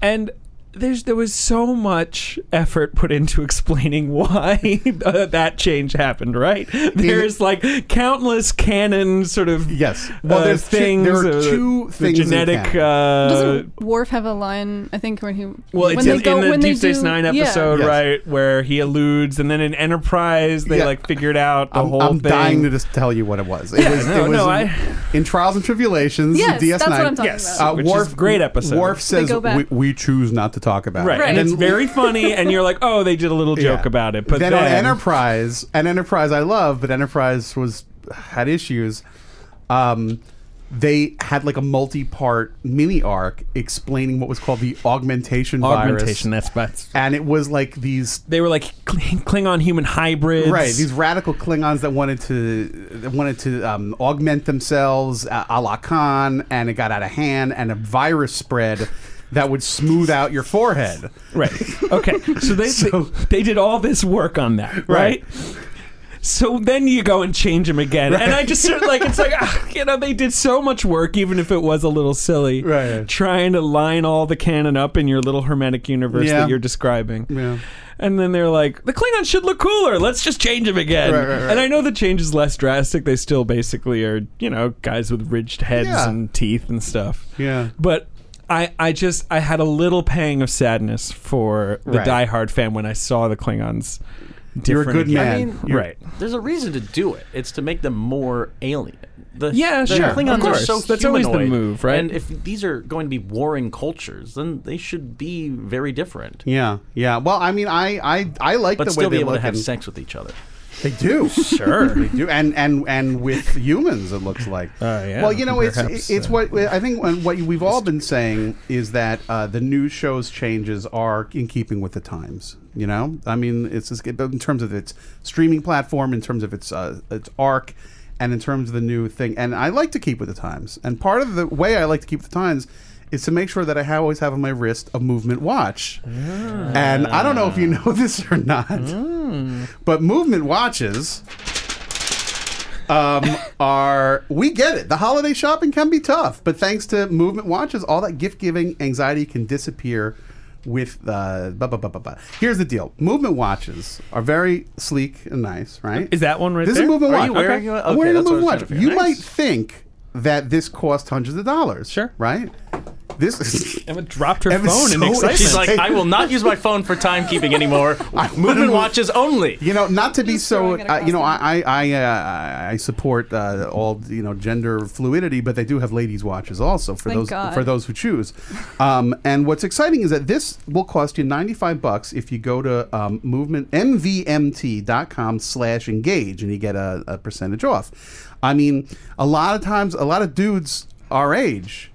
Speaker 7: and there's there was so much effort put into <laughs> explaining why <laughs> that change happened, right? There's like countless canon sort of
Speaker 5: Yes. Well,
Speaker 7: uh,
Speaker 5: there's two-
Speaker 7: things.
Speaker 5: there are
Speaker 7: uh,
Speaker 5: two
Speaker 7: the
Speaker 5: things in
Speaker 7: genetic. Uh,
Speaker 8: Doesn't Worf have a line? I think when he
Speaker 7: well, it's
Speaker 8: when they
Speaker 7: in,
Speaker 8: go,
Speaker 7: in the
Speaker 8: when they
Speaker 7: Deep Space
Speaker 8: do-
Speaker 7: Nine
Speaker 8: yeah.
Speaker 7: episode,
Speaker 5: Yes.
Speaker 7: right, where he alludes, and then in Enterprise they
Speaker 5: Yeah.
Speaker 7: like figured out the
Speaker 5: I'm,
Speaker 7: whole
Speaker 5: I'm
Speaker 7: thing.
Speaker 5: dying to just tell you what it was. It was,
Speaker 7: no,
Speaker 5: it was
Speaker 7: no,
Speaker 5: in,
Speaker 7: I-
Speaker 5: in Trials and Tribulations,
Speaker 8: Yes,
Speaker 5: DS9.
Speaker 8: that's what I'm talking Yes. about.
Speaker 5: Uh,
Speaker 7: Which is
Speaker 5: Worf,
Speaker 7: a great episode.
Speaker 5: Worf says,
Speaker 8: go back.
Speaker 5: we, we choose not to talk about
Speaker 7: Right.
Speaker 5: it.
Speaker 7: And
Speaker 8: Right.
Speaker 7: it's very funny, and you're like, oh, they did a little joke
Speaker 5: <laughs> Yeah.
Speaker 7: about it. But
Speaker 5: then,
Speaker 7: then,
Speaker 5: on Enterprise, and Enterprise I love, but Enterprise was had issues. Um, they had like a multi-part mini arc explaining what was called the augmentation,
Speaker 7: augmentation,
Speaker 5: virus,
Speaker 7: that's but
Speaker 5: and it was like these
Speaker 7: they were like Kling- Klingon human hybrids.
Speaker 5: right these radical Klingons that wanted to that wanted to um, augment themselves uh, a la Khan, and it got out of hand, and a virus spread that would smooth out your forehead.
Speaker 7: <laughs> Right. Okay. So they,
Speaker 5: So-
Speaker 7: they they did all this work on that, right?
Speaker 5: Right.
Speaker 7: So then you go and change them again, and I just sort of like it's like ah, you know they did so much work, even if it was a little silly,
Speaker 5: Right.
Speaker 7: Trying to line all the canon up in your little hermetic universe
Speaker 5: Yeah.
Speaker 7: that you're describing,
Speaker 5: Yeah.
Speaker 7: And then they're like, the Klingons should look cooler. Let's just change them again.
Speaker 5: Right, right, right.
Speaker 7: And I know the change is less drastic. They still basically are, you know, guys with ridged heads
Speaker 5: Yeah.
Speaker 7: and teeth and stuff.
Speaker 5: Yeah.
Speaker 7: But I, I just I had a little pang of sadness for the
Speaker 5: Right.
Speaker 7: Die Hard fan when I saw the Klingons. Different
Speaker 5: You're a good
Speaker 7: again.
Speaker 5: man.
Speaker 6: mean-
Speaker 5: You're-
Speaker 7: right?
Speaker 6: There's a reason to do it. It's to make them more alien. The,
Speaker 7: Yeah,
Speaker 6: the
Speaker 7: sure.
Speaker 6: Klingons
Speaker 7: Of course.
Speaker 6: are so
Speaker 7: That's always
Speaker 6: humanoid.
Speaker 7: the move, right?
Speaker 6: And if these are going to be warring cultures, then they should be very different,
Speaker 5: Yeah, yeah. Well, I mean, I, I, I like
Speaker 6: but
Speaker 5: the
Speaker 6: still
Speaker 5: way
Speaker 6: be
Speaker 5: they
Speaker 6: able
Speaker 5: look
Speaker 6: to have
Speaker 5: and-
Speaker 6: sex with each other.
Speaker 5: They do. Sure. they do. And and and with humans it looks like.
Speaker 7: Uh, yeah,
Speaker 5: well, you know, it's
Speaker 7: perhaps,
Speaker 5: it's
Speaker 7: uh,
Speaker 5: what I think when- what we've all been saying is that uh, the news shows changes are in keeping with the times, you know? I mean, it's just, in terms of its streaming platform, in terms of its uh, its arc and in terms of the new thing. And I like to keep with the times. And part of the way I like to keep with the times is to make sure that I ha- always have on my wrist a movement watch.
Speaker 7: Ah.
Speaker 5: And I don't know if you <laughs> know this or not. But movement watches um, <laughs> are we get it. The holiday shopping can be tough, but thanks to movement watches, all that gift giving anxiety can disappear. With uh, bu- bu- bu- bu- bu- here's the deal: movement watches are very sleek and nice, right?
Speaker 7: Is that one right
Speaker 5: This
Speaker 7: there?
Speaker 5: is a movement
Speaker 6: Are
Speaker 5: watch.
Speaker 6: you wearing
Speaker 5: okay.
Speaker 6: one?
Speaker 5: I'm
Speaker 6: Okay,
Speaker 5: wearing a
Speaker 6: that's what
Speaker 5: movement
Speaker 6: I was
Speaker 5: watch.
Speaker 6: trying to
Speaker 5: You
Speaker 6: figure out.
Speaker 5: might
Speaker 6: Nice.
Speaker 5: think that this costs hundreds of dollars,
Speaker 7: Sure.
Speaker 5: right? This
Speaker 6: <laughs>
Speaker 5: is
Speaker 7: Emma dropped her
Speaker 5: Emma's
Speaker 7: phone in
Speaker 5: so
Speaker 7: excitement.
Speaker 6: She's like,
Speaker 5: Hey.
Speaker 6: I will not use my phone for
Speaker 5: <laughs>
Speaker 6: timekeeping anymore.
Speaker 5: wouldn't-
Speaker 6: Movement watches only.
Speaker 5: You know, not to be
Speaker 8: Just
Speaker 5: so.
Speaker 8: throwing it
Speaker 5: Uh, you know,
Speaker 8: across
Speaker 5: I I I, uh, I support uh, all you know gender fluidity, but they do have ladies' watches also for
Speaker 8: Thank
Speaker 5: those
Speaker 8: God.
Speaker 5: for those who choose. Um, and what's exciting is that this will cost you ninety five bucks if you go to um, movement mvmt.com slash engage and you get a, a percentage off. I mean, a lot of times, a lot of dudes our age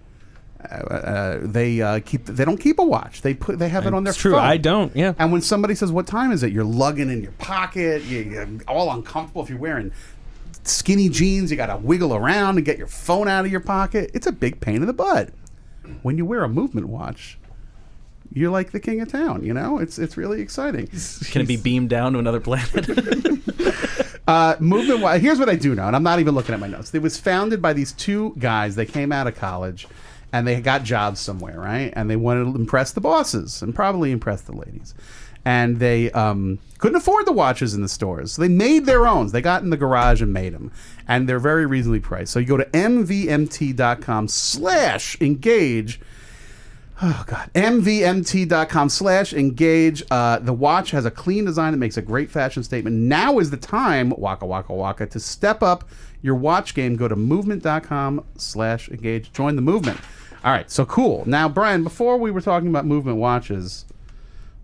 Speaker 5: uh, uh, they uh, keep they don't keep a watch. They put they have it on their
Speaker 7: It's true.
Speaker 5: phone.
Speaker 7: I don't, yeah.
Speaker 5: And when somebody says, "What time is it?" You're lugging in your pocket. You, you're all uncomfortable if you're wearing skinny jeans. You got to wiggle around and get your phone out of your pocket. It's a big pain in the butt. When you wear a movement watch, you're like the king of town. You know, it's it's really exciting.
Speaker 6: Can it be beamed down to another planet? <laughs>
Speaker 5: Uh, movement wise, here's what I do know, and I'm not even looking at my notes. It was founded by these two guys. They came out of college and they got jobs somewhere, right? And they wanted to impress the bosses and probably impress the ladies. And they um, couldn't afford the watches in the stores. So they made their own. They got in the garage and made them. And they're very reasonably priced. So you go to mvmt.com slash engage. Oh God! MVMT.com slash engage. Uh, the watch has a clean design that makes a great fashion statement. Now is the time, waka waka waka, to step up your watch game. Go to movement.com slash engage. Join the movement. All right, so cool. Now, Brian, before we were talking about movement watches,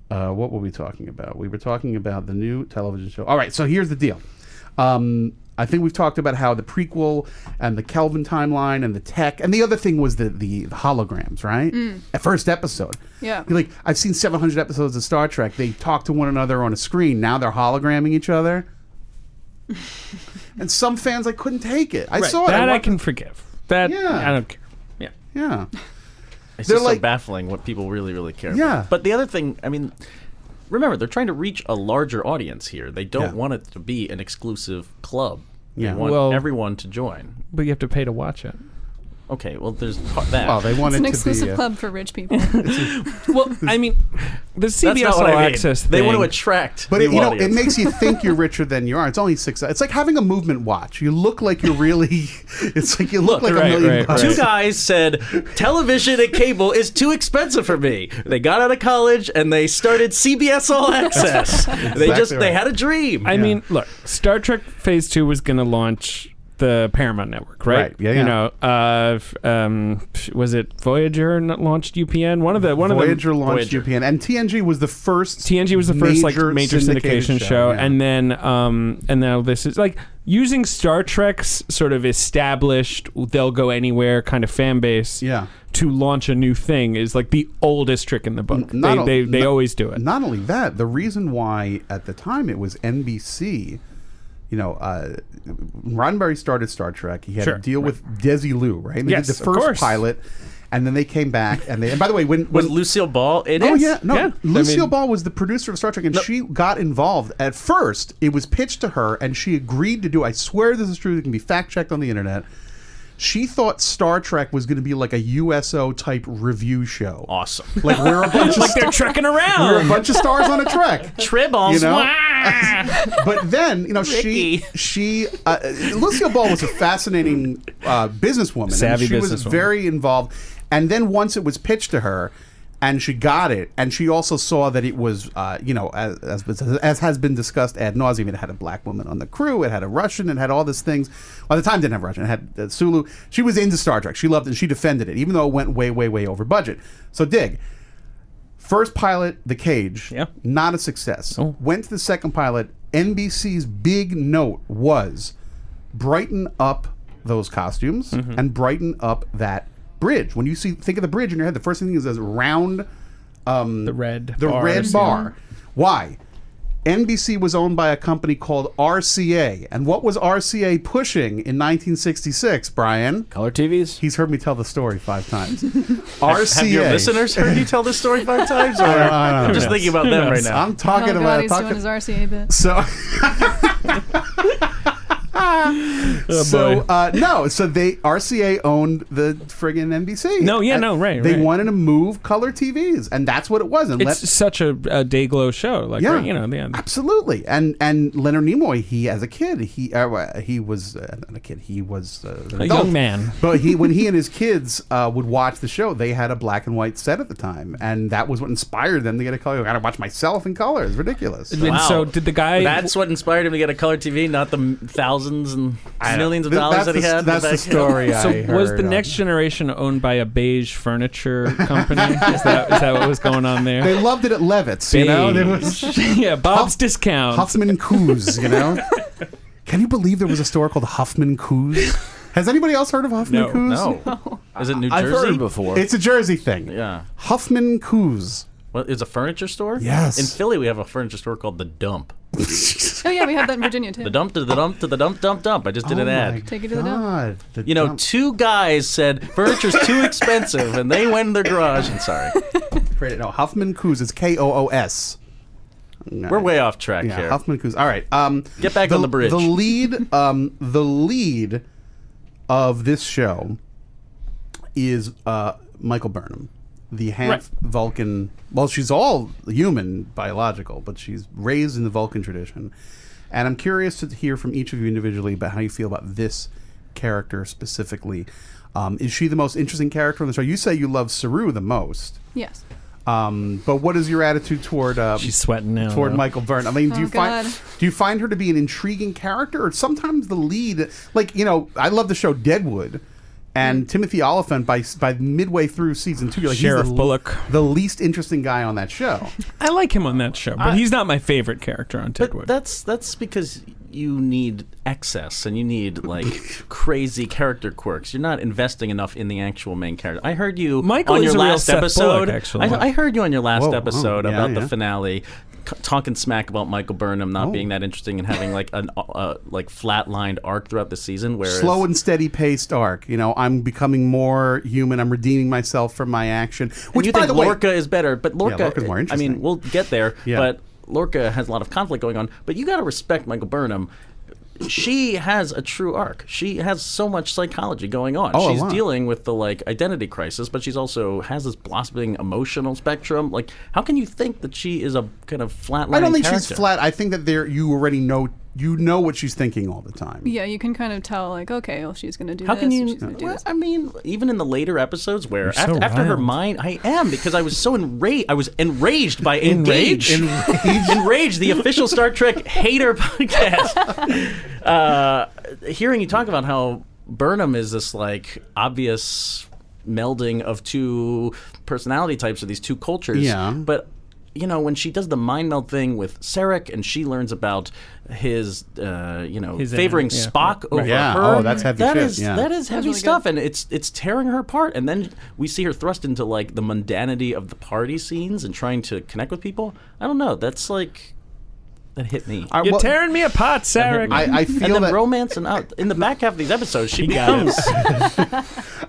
Speaker 5: uh, what were we talking about? We were talking about the new television show. All right, so here's the deal. Um, I think we've talked about how the prequel and the Kelvin timeline and the tech, and the other thing was the the, the holograms, right?
Speaker 8: Mm.
Speaker 5: At first episode,
Speaker 8: Yeah.
Speaker 5: You're like I've seen 700 episodes of Star Trek. They talk to one another on a screen. Now they're hologramming
Speaker 8: <laughs>
Speaker 5: each other. and some fans, I couldn't take it. I
Speaker 7: Right,
Speaker 5: saw it.
Speaker 7: that I,
Speaker 5: wa-
Speaker 7: can forgive. That
Speaker 5: Yeah.
Speaker 7: I don't care. Yeah.
Speaker 5: Yeah.
Speaker 6: It's
Speaker 5: They're
Speaker 6: just
Speaker 5: like-
Speaker 6: so baffling what people really, really care
Speaker 5: Yeah.
Speaker 6: about. But the other thing, I mean, remember, they're trying to reach a larger audience here. They don't
Speaker 7: Yeah.
Speaker 6: want it to be an exclusive club.
Speaker 7: Yeah.
Speaker 6: They want
Speaker 7: Well-
Speaker 6: everyone to join.
Speaker 7: But you have to pay to watch it.
Speaker 6: Okay, well, there's part- that.
Speaker 7: Well, they want
Speaker 8: It's an exclusive
Speaker 5: uh,
Speaker 8: club for rich
Speaker 5: <laughs>
Speaker 8: people.
Speaker 7: well, I mean, the
Speaker 6: not
Speaker 7: CBS All
Speaker 6: what I mean.
Speaker 7: Access.
Speaker 6: They want
Speaker 7: thing-
Speaker 6: to attract
Speaker 5: But
Speaker 6: new
Speaker 5: it, you know, it
Speaker 6: audience.
Speaker 5: makes you think
Speaker 7: <laughs>
Speaker 5: you're richer than you are. It's only six. It's like having a movement watch. You look like you're really. It's like you look, like a million bucks.
Speaker 6: Two guys said television and cable is too expensive for me. They got out of college and they started
Speaker 5: <laughs>
Speaker 6: CBS All Access. They just
Speaker 7: Exactly
Speaker 6: they
Speaker 7: right.
Speaker 6: had a dream.
Speaker 7: I mean, look, Star Trek Phase Two was going to launch the Paramount Network, right?
Speaker 5: Right, yeah, yeah.
Speaker 7: You know, uh, f- um, was it Voyager n- launched UPN? One of the one
Speaker 5: Voyager
Speaker 7: of the
Speaker 5: launched UPN, and TNG was the first.
Speaker 7: TNG was the first like major syndication show,
Speaker 5: yeah.
Speaker 7: and then um, and now this is like using Star Trek's sort of established they'll go anywhere kind of fan base,
Speaker 5: yeah.
Speaker 7: to launch a new thing is like the oldest trick in the book.
Speaker 5: Not
Speaker 7: They
Speaker 5: o-
Speaker 7: they, they
Speaker 5: not-
Speaker 7: always do it.
Speaker 5: Not only that, the reason why at the time it was NBC, you know, uh, Roddenberry started Star Trek. He had
Speaker 7: Sure,
Speaker 5: to deal with Desi Lu, right? And They
Speaker 7: Yes,
Speaker 5: did
Speaker 7: of
Speaker 5: the first
Speaker 7: course.
Speaker 5: pilot, and then they came back, and they. And by the way, when
Speaker 6: was
Speaker 5: when-
Speaker 6: Lucille Ball in
Speaker 5: oh
Speaker 6: it?
Speaker 5: yeah, no. Lucille
Speaker 6: I mean-
Speaker 5: Ball was the producer of Star Trek, and she got involved. At first, it was pitched to her, and she agreed to do. I swear this is true. It can be fact checked on the internet. She thought Star Trek was going to be like a USO type review show.
Speaker 6: Awesome.
Speaker 5: <laughs> Like we're a bunch
Speaker 7: like
Speaker 5: of
Speaker 7: they're trekking around.
Speaker 5: <laughs>
Speaker 6: <laughs>
Speaker 5: we're a bunch of stars on a trek.
Speaker 6: Tribbles.
Speaker 5: You <laughs> know? but then, you know,
Speaker 6: Ricky.
Speaker 5: she she uh, Lucille Ball was a fascinating uh, businesswoman. and
Speaker 7: Savvy
Speaker 5: she was
Speaker 7: businesswoman.
Speaker 5: very involved. And then once it was pitched to her, and she got it, and she also saw that it was, uh, you know, as, as, as has been discussed ad nauseum, it had a black woman on the crew, it had a Russian, it had all these things. Well, at the time, it didn't have Russian, it had uh, Sulu. She was into Star Trek. She loved it, and she defended it, even though it went way, way, way over budget. So, dig. First pilot, The Cage, not a success.
Speaker 6: Oh.
Speaker 5: Went to the second pilot. NBC's big note was brighten up those costumes
Speaker 6: Mm-hmm.
Speaker 5: and brighten up that bridge. When you see, think of the bridge in your head, the first thing is this round, um, the
Speaker 7: red,
Speaker 5: the
Speaker 7: bars,
Speaker 5: red
Speaker 7: yeah.
Speaker 5: bar. Why? NBC was owned by a company called RCA, and what was RCA pushing in 1966? Brian,
Speaker 9: color TVs.
Speaker 5: He's heard me tell the story five times.
Speaker 6: <laughs> Have-
Speaker 5: RCA.
Speaker 6: Have your listeners heard you tell this story five times? Or
Speaker 5: I don't- I don't
Speaker 6: <laughs> I'm just
Speaker 5: know.
Speaker 6: thinking about
Speaker 5: Who
Speaker 6: them right
Speaker 5: knows?
Speaker 6: now.
Speaker 5: I'm talking
Speaker 8: oh, God,
Speaker 5: about
Speaker 8: he's doing
Speaker 5: talking,
Speaker 8: his RCA
Speaker 5: <laughs>
Speaker 8: bit.
Speaker 5: so. so
Speaker 7: Oh, boy.
Speaker 5: uh, no, so they RCA owned the friggin' NBC.
Speaker 7: No, yeah,
Speaker 5: And
Speaker 7: no, right,
Speaker 5: They
Speaker 7: right.
Speaker 5: wanted to move color TVs, and that's what it was. And
Speaker 7: it's
Speaker 5: let-
Speaker 7: such a, a day glow show. Like
Speaker 5: Yeah.
Speaker 7: you know, yeah,
Speaker 5: absolutely. And and Leonard Nimoy, he as a kid, he uh, uh, he was uh, not a kid, he was uh, an
Speaker 7: A
Speaker 5: adult.
Speaker 7: young man.
Speaker 5: <laughs> but he when he and his kids uh, would watch the show, they had a black and white set at the time, and that was what inspired them to get a color. I got to watch myself in color. It's ridiculous.
Speaker 7: And so did the guy-
Speaker 6: That's what inspired him to get a color TV, not the m- thousands and millions of
Speaker 5: Th- that's
Speaker 6: dollars that he
Speaker 5: the-
Speaker 6: had.
Speaker 5: that's the
Speaker 7: <laughs>
Speaker 6: back- <laughs>
Speaker 5: story
Speaker 7: So
Speaker 5: I
Speaker 7: was the
Speaker 5: heard,
Speaker 7: next generation owned by a beige furniture
Speaker 5: <laughs>
Speaker 7: company? is, that, is that what was going on there?
Speaker 5: They loved it at Levitt's, you know. There was
Speaker 7: Beige. <laughs> yeah, Bob's discount.
Speaker 5: Huffman Coos, you know. Can you believe there was a store called Huffman Coos? Has anybody else heard of Huffman
Speaker 6: No,
Speaker 5: Coos?
Speaker 6: no. No. <laughs> Is it New
Speaker 5: I've heard
Speaker 6: Jersey?
Speaker 5: it before. It's a Jersey thing.
Speaker 6: Yeah.
Speaker 5: Huffman Coos.
Speaker 6: What is a furniture store?
Speaker 5: Yes.
Speaker 6: In Philly, we have a furniture store called the Dump.
Speaker 8: Oh yeah, we have that in Virginia too.
Speaker 6: The Dump to the Dump to the Dump Dump Dump. I just
Speaker 5: Oh
Speaker 6: did an ad.
Speaker 8: Take it to the dump.
Speaker 6: you know, two guys said furniture's too <laughs> expensive, and they went in their garage. And sorry,
Speaker 5: Created, no, Huffman Coos. It's K O O S.
Speaker 6: we're way off track
Speaker 5: Yeah,
Speaker 6: here.
Speaker 5: Huffman Coos. All right. Um,
Speaker 6: Get back on the bridge.
Speaker 5: The lead, um, the lead of this show is uh, Michael Burnham, the half
Speaker 6: Right.
Speaker 5: Vulcan. Well, she's all human, biological, but she's raised in the Vulcan tradition. And I'm curious to hear from each of you individually about how you feel about this character specifically. Um, is she the most interesting character on the show? You say you love Saru the most.
Speaker 8: Yes.
Speaker 5: Um, but what is your attitude toward? Um, She's
Speaker 7: sweating now.
Speaker 5: Toward
Speaker 7: though.
Speaker 5: Michael Byrne. I mean, do
Speaker 8: Oh,
Speaker 5: you
Speaker 8: God.
Speaker 5: find do you find her to be an intriguing character, or sometimes the lead? Like you know, I love the show Deadwood,
Speaker 8: Mm.
Speaker 5: and Timothy Oliphant. By by midway through season two, you're like
Speaker 7: Sheriff
Speaker 5: he's the,
Speaker 7: Bullock.
Speaker 5: the least interesting guy on that show.
Speaker 7: I like him on that show, but
Speaker 6: I-
Speaker 7: he's not my favorite character on Deadwood.
Speaker 6: That's that's because you need excess and you
Speaker 7: <laughs>
Speaker 6: need like crazy character quirks. You're not investing enough in the actual main character. I heard you
Speaker 7: Michael
Speaker 6: on
Speaker 7: is
Speaker 6: your
Speaker 7: a real
Speaker 6: last
Speaker 7: Seth
Speaker 6: episode.
Speaker 7: Bullock, actually.
Speaker 6: I, I heard you on your last
Speaker 7: Whoa, oh,
Speaker 6: episode
Speaker 7: yeah,
Speaker 6: about
Speaker 7: yeah.
Speaker 6: the finale. c- Talking smack about Michael Burnham not
Speaker 5: Oh.
Speaker 6: being that interesting and having like an uh, like flatlined arc throughout the season, where
Speaker 5: Slow and steady paced arc. You know, I'm becoming more human. I'm redeeming myself from my action. Which,
Speaker 6: you
Speaker 5: by
Speaker 6: think
Speaker 5: the
Speaker 6: Lorca
Speaker 5: way,
Speaker 6: is better, but Lorca
Speaker 5: Lorca's more
Speaker 6: I mean, we'll get there,
Speaker 5: <laughs> Yeah.
Speaker 6: but Lorca has a lot of conflict going on. But you got to respect Michael Burnham. She has a true arc. She has so much psychology going on.
Speaker 5: Oh, a
Speaker 6: she's
Speaker 5: lot.
Speaker 6: dealing with the like identity crisis, but she's also has this blossoming emotional spectrum. Like, how can you think that she is a kind of flatline?
Speaker 5: I don't think
Speaker 6: character?
Speaker 5: she's flat. I think that there you already know you know what she's thinking all the time.
Speaker 8: Yeah, you can kind of tell like, okay, well, she's gonna do
Speaker 6: How
Speaker 8: this.
Speaker 6: can
Speaker 8: and
Speaker 6: you?
Speaker 8: She's gonna do
Speaker 6: Well,
Speaker 8: this.
Speaker 6: I mean, even in the later episodes where
Speaker 7: You're so
Speaker 6: after, after her
Speaker 7: wild.
Speaker 6: mind, I am because I was so enraged. I was enraged by
Speaker 7: <laughs>
Speaker 6: engage,
Speaker 7: Enraged?
Speaker 6: enraged, the official Star Trek
Speaker 7: <laughs>
Speaker 6: hater podcast. Uh, hearing you talk about how Burnham is this like obvious melding of two personality types or these two cultures,
Speaker 5: Yeah.
Speaker 6: but you know when she does the mind meld thing with Sarek and she learns about his uh, you know
Speaker 7: His
Speaker 6: favoring
Speaker 7: enemy, yeah.
Speaker 6: Spock over
Speaker 5: Yeah,
Speaker 6: her.
Speaker 5: oh, that's heavy
Speaker 6: That
Speaker 5: shit,
Speaker 6: is-
Speaker 5: yeah.
Speaker 6: that is heavy
Speaker 8: really good.
Speaker 6: stuff, and it's it's tearing her apart. And then we see her thrust into like the mundanity of the party scenes and trying to connect with people. I don't know. That's like that hit me.
Speaker 5: I-
Speaker 7: You're
Speaker 5: well-
Speaker 7: tearing me apart, Sarek.
Speaker 5: I, I feel
Speaker 6: and then
Speaker 5: that
Speaker 6: romance and out in the back half of these episodes, she
Speaker 7: got it.
Speaker 6: becomes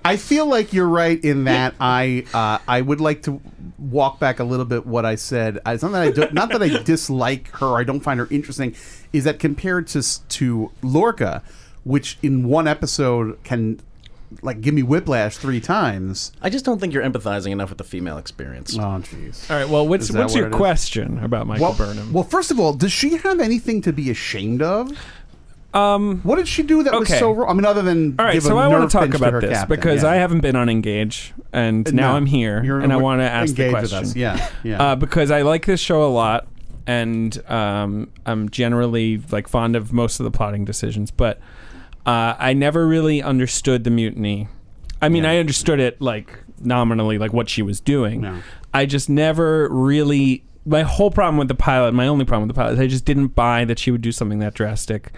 Speaker 5: I feel like you're right in that I uh, I would like to walk back a little bit what I said. I- It's not that I do, not that I dislike her. or I don't find her interesting. Is that compared to s- to Lorca, which in one episode can like give me whiplash three times.
Speaker 6: I just don't think you're empathizing enough with the female experience.
Speaker 5: Oh jeez.
Speaker 7: All right. Well, what's
Speaker 5: Is that
Speaker 7: what's
Speaker 5: what
Speaker 7: your
Speaker 5: it is?
Speaker 7: question about Michael
Speaker 5: well,
Speaker 7: Burnham?
Speaker 5: Well, first of all, does she have anything to be ashamed of? Um, what did she do that was
Speaker 7: okay.
Speaker 5: so wrong? I mean, other than
Speaker 7: All right.
Speaker 5: give
Speaker 7: So
Speaker 5: a
Speaker 7: I want
Speaker 5: nerve
Speaker 7: to talk
Speaker 5: pinch to
Speaker 7: about
Speaker 5: her
Speaker 7: this
Speaker 5: captain,
Speaker 7: because
Speaker 5: yeah. Uh,
Speaker 7: I haven't been on Engage, and now
Speaker 5: No,
Speaker 7: I'm here,
Speaker 5: you're-
Speaker 7: and I
Speaker 5: we're
Speaker 7: want to ask the
Speaker 5: engaged with
Speaker 7: question.
Speaker 5: us, yeah, yeah.
Speaker 7: Uh, because I like this show a lot, and um, I'm generally like fond of most of the plotting decisions, but uh, I never really understood the mutiny. I mean, I understood it like nominally, like what she was doing.
Speaker 5: No.
Speaker 7: I just never really. My whole problem with the pilot, my only problem with the pilot, is I just didn't buy that she would do something that drastic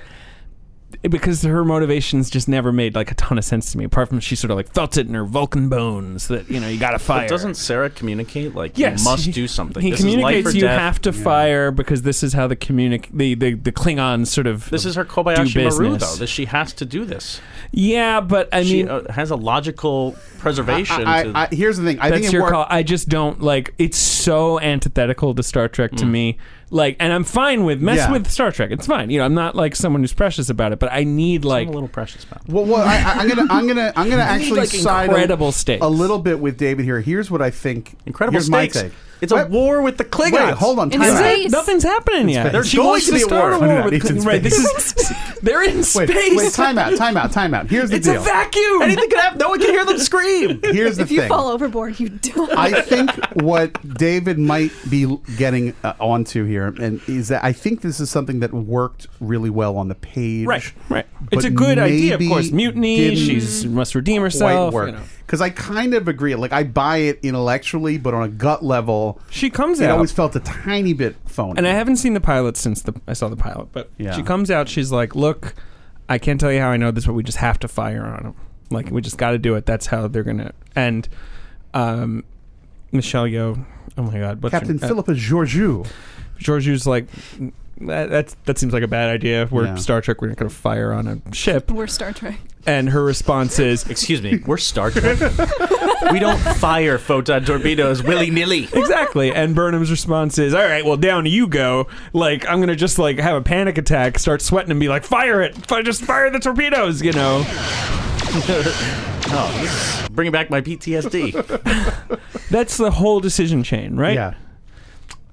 Speaker 7: because her motivations just never made like a ton of sense to me. Apart from she sort of like felt it in her Vulcan bones that you know you got to fire.
Speaker 6: But doesn't Sarah communicate like
Speaker 7: Yes,
Speaker 6: you
Speaker 7: <laughs>
Speaker 6: must
Speaker 7: he-
Speaker 6: do something?
Speaker 7: He
Speaker 6: this Is
Speaker 7: communicates
Speaker 6: life or
Speaker 7: you
Speaker 6: death.
Speaker 7: have to fire because this is how the communic the, the the Klingons sort of
Speaker 6: This is her
Speaker 7: do
Speaker 6: Kobayashi Maru, though.
Speaker 7: business.
Speaker 6: That she has to do this.
Speaker 7: yeah, but I
Speaker 6: she
Speaker 7: mean.
Speaker 6: uh, has a logical preservation.
Speaker 5: I,
Speaker 6: to,
Speaker 5: I, I, here's the thing. I
Speaker 7: that's
Speaker 5: think it
Speaker 7: your
Speaker 5: worked.
Speaker 7: call. I just don't like. It's so antithetical to Star Trek
Speaker 6: Mm.
Speaker 7: to me. Like, and I'm fine with mess
Speaker 5: Yeah.
Speaker 7: with Star Trek. It's fine. You know, I'm not like someone who's precious about it. But I need like
Speaker 6: I'm a little precious about. it.
Speaker 5: Well, well I, I- I'm gonna, I'm gonna,
Speaker 7: <laughs>
Speaker 5: I'm gonna actually
Speaker 7: like,
Speaker 5: side
Speaker 7: incredible
Speaker 5: a,
Speaker 7: stakes.
Speaker 5: a little bit with David here. Here's what I think.
Speaker 6: Incredible
Speaker 5: here's
Speaker 6: stakes.
Speaker 5: My take.
Speaker 6: It's a
Speaker 5: Wait,
Speaker 6: war with the Klingons.
Speaker 5: Wait, hold on.
Speaker 8: In
Speaker 5: Time out.
Speaker 8: space.
Speaker 7: nothing's happening yet.
Speaker 5: They're
Speaker 7: She
Speaker 5: going
Speaker 7: wants
Speaker 5: to be at
Speaker 7: start
Speaker 5: war.
Speaker 7: a
Speaker 5: No, no,
Speaker 7: war with
Speaker 5: it's in
Speaker 7: Kling- right. This is <laughs> they're in
Speaker 5: Wait,
Speaker 7: space.
Speaker 5: wait, time out, time out, time out. Here's the
Speaker 7: It's
Speaker 5: deal.
Speaker 7: a vacuum.
Speaker 6: Anything could happen. No one can hear them scream.
Speaker 5: <laughs> Here's the
Speaker 8: if you
Speaker 5: thing.
Speaker 8: fall overboard, you do.
Speaker 5: <laughs> I think what David might be getting uh, onto here, and is that I think this is something that worked really well on the page.
Speaker 7: Right, right. It's
Speaker 5: but
Speaker 7: a good idea, of
Speaker 5: maybe
Speaker 7: course. Mutiny.
Speaker 5: didn't
Speaker 7: She's must redeem herself.
Speaker 5: quite work
Speaker 7: you know.
Speaker 5: because I kind of agree. Like I buy it intellectually, but on a gut level,
Speaker 7: She comes
Speaker 5: it
Speaker 7: out.
Speaker 5: always felt a tiny bit phony.
Speaker 7: and I haven't seen the pilot since the I saw the pilot, but
Speaker 5: Yeah.
Speaker 7: she comes out. She's like, "Look, I can't tell you how I know this, but we just have to fire on them. Like we just got to do it. That's how they're gonna end. Um, Michelle Yeoh. Oh my God, what's her-
Speaker 5: Captain
Speaker 7: uh,
Speaker 5: Philippa Georgiou.
Speaker 7: Georgiou's like that. That's, that seems like a bad idea. We're
Speaker 5: Yeah.
Speaker 7: Star Trek. We're not gonna fire on a
Speaker 8: <laughs>
Speaker 7: ship.
Speaker 8: We're Star Trek.
Speaker 7: And her response is,
Speaker 6: "Excuse me, we're Star Trek. <laughs> we don't fire photon torpedoes willy nilly."
Speaker 7: exactly. And Burnham's response is, "All right, well, down you go. Like I'm gonna just like have a panic attack, start sweating, and be like, fire it, Fi- just fire the torpedoes, you know."
Speaker 6: oh, bring back my PTSD.
Speaker 7: That's the whole decision chain, right?
Speaker 5: Yeah.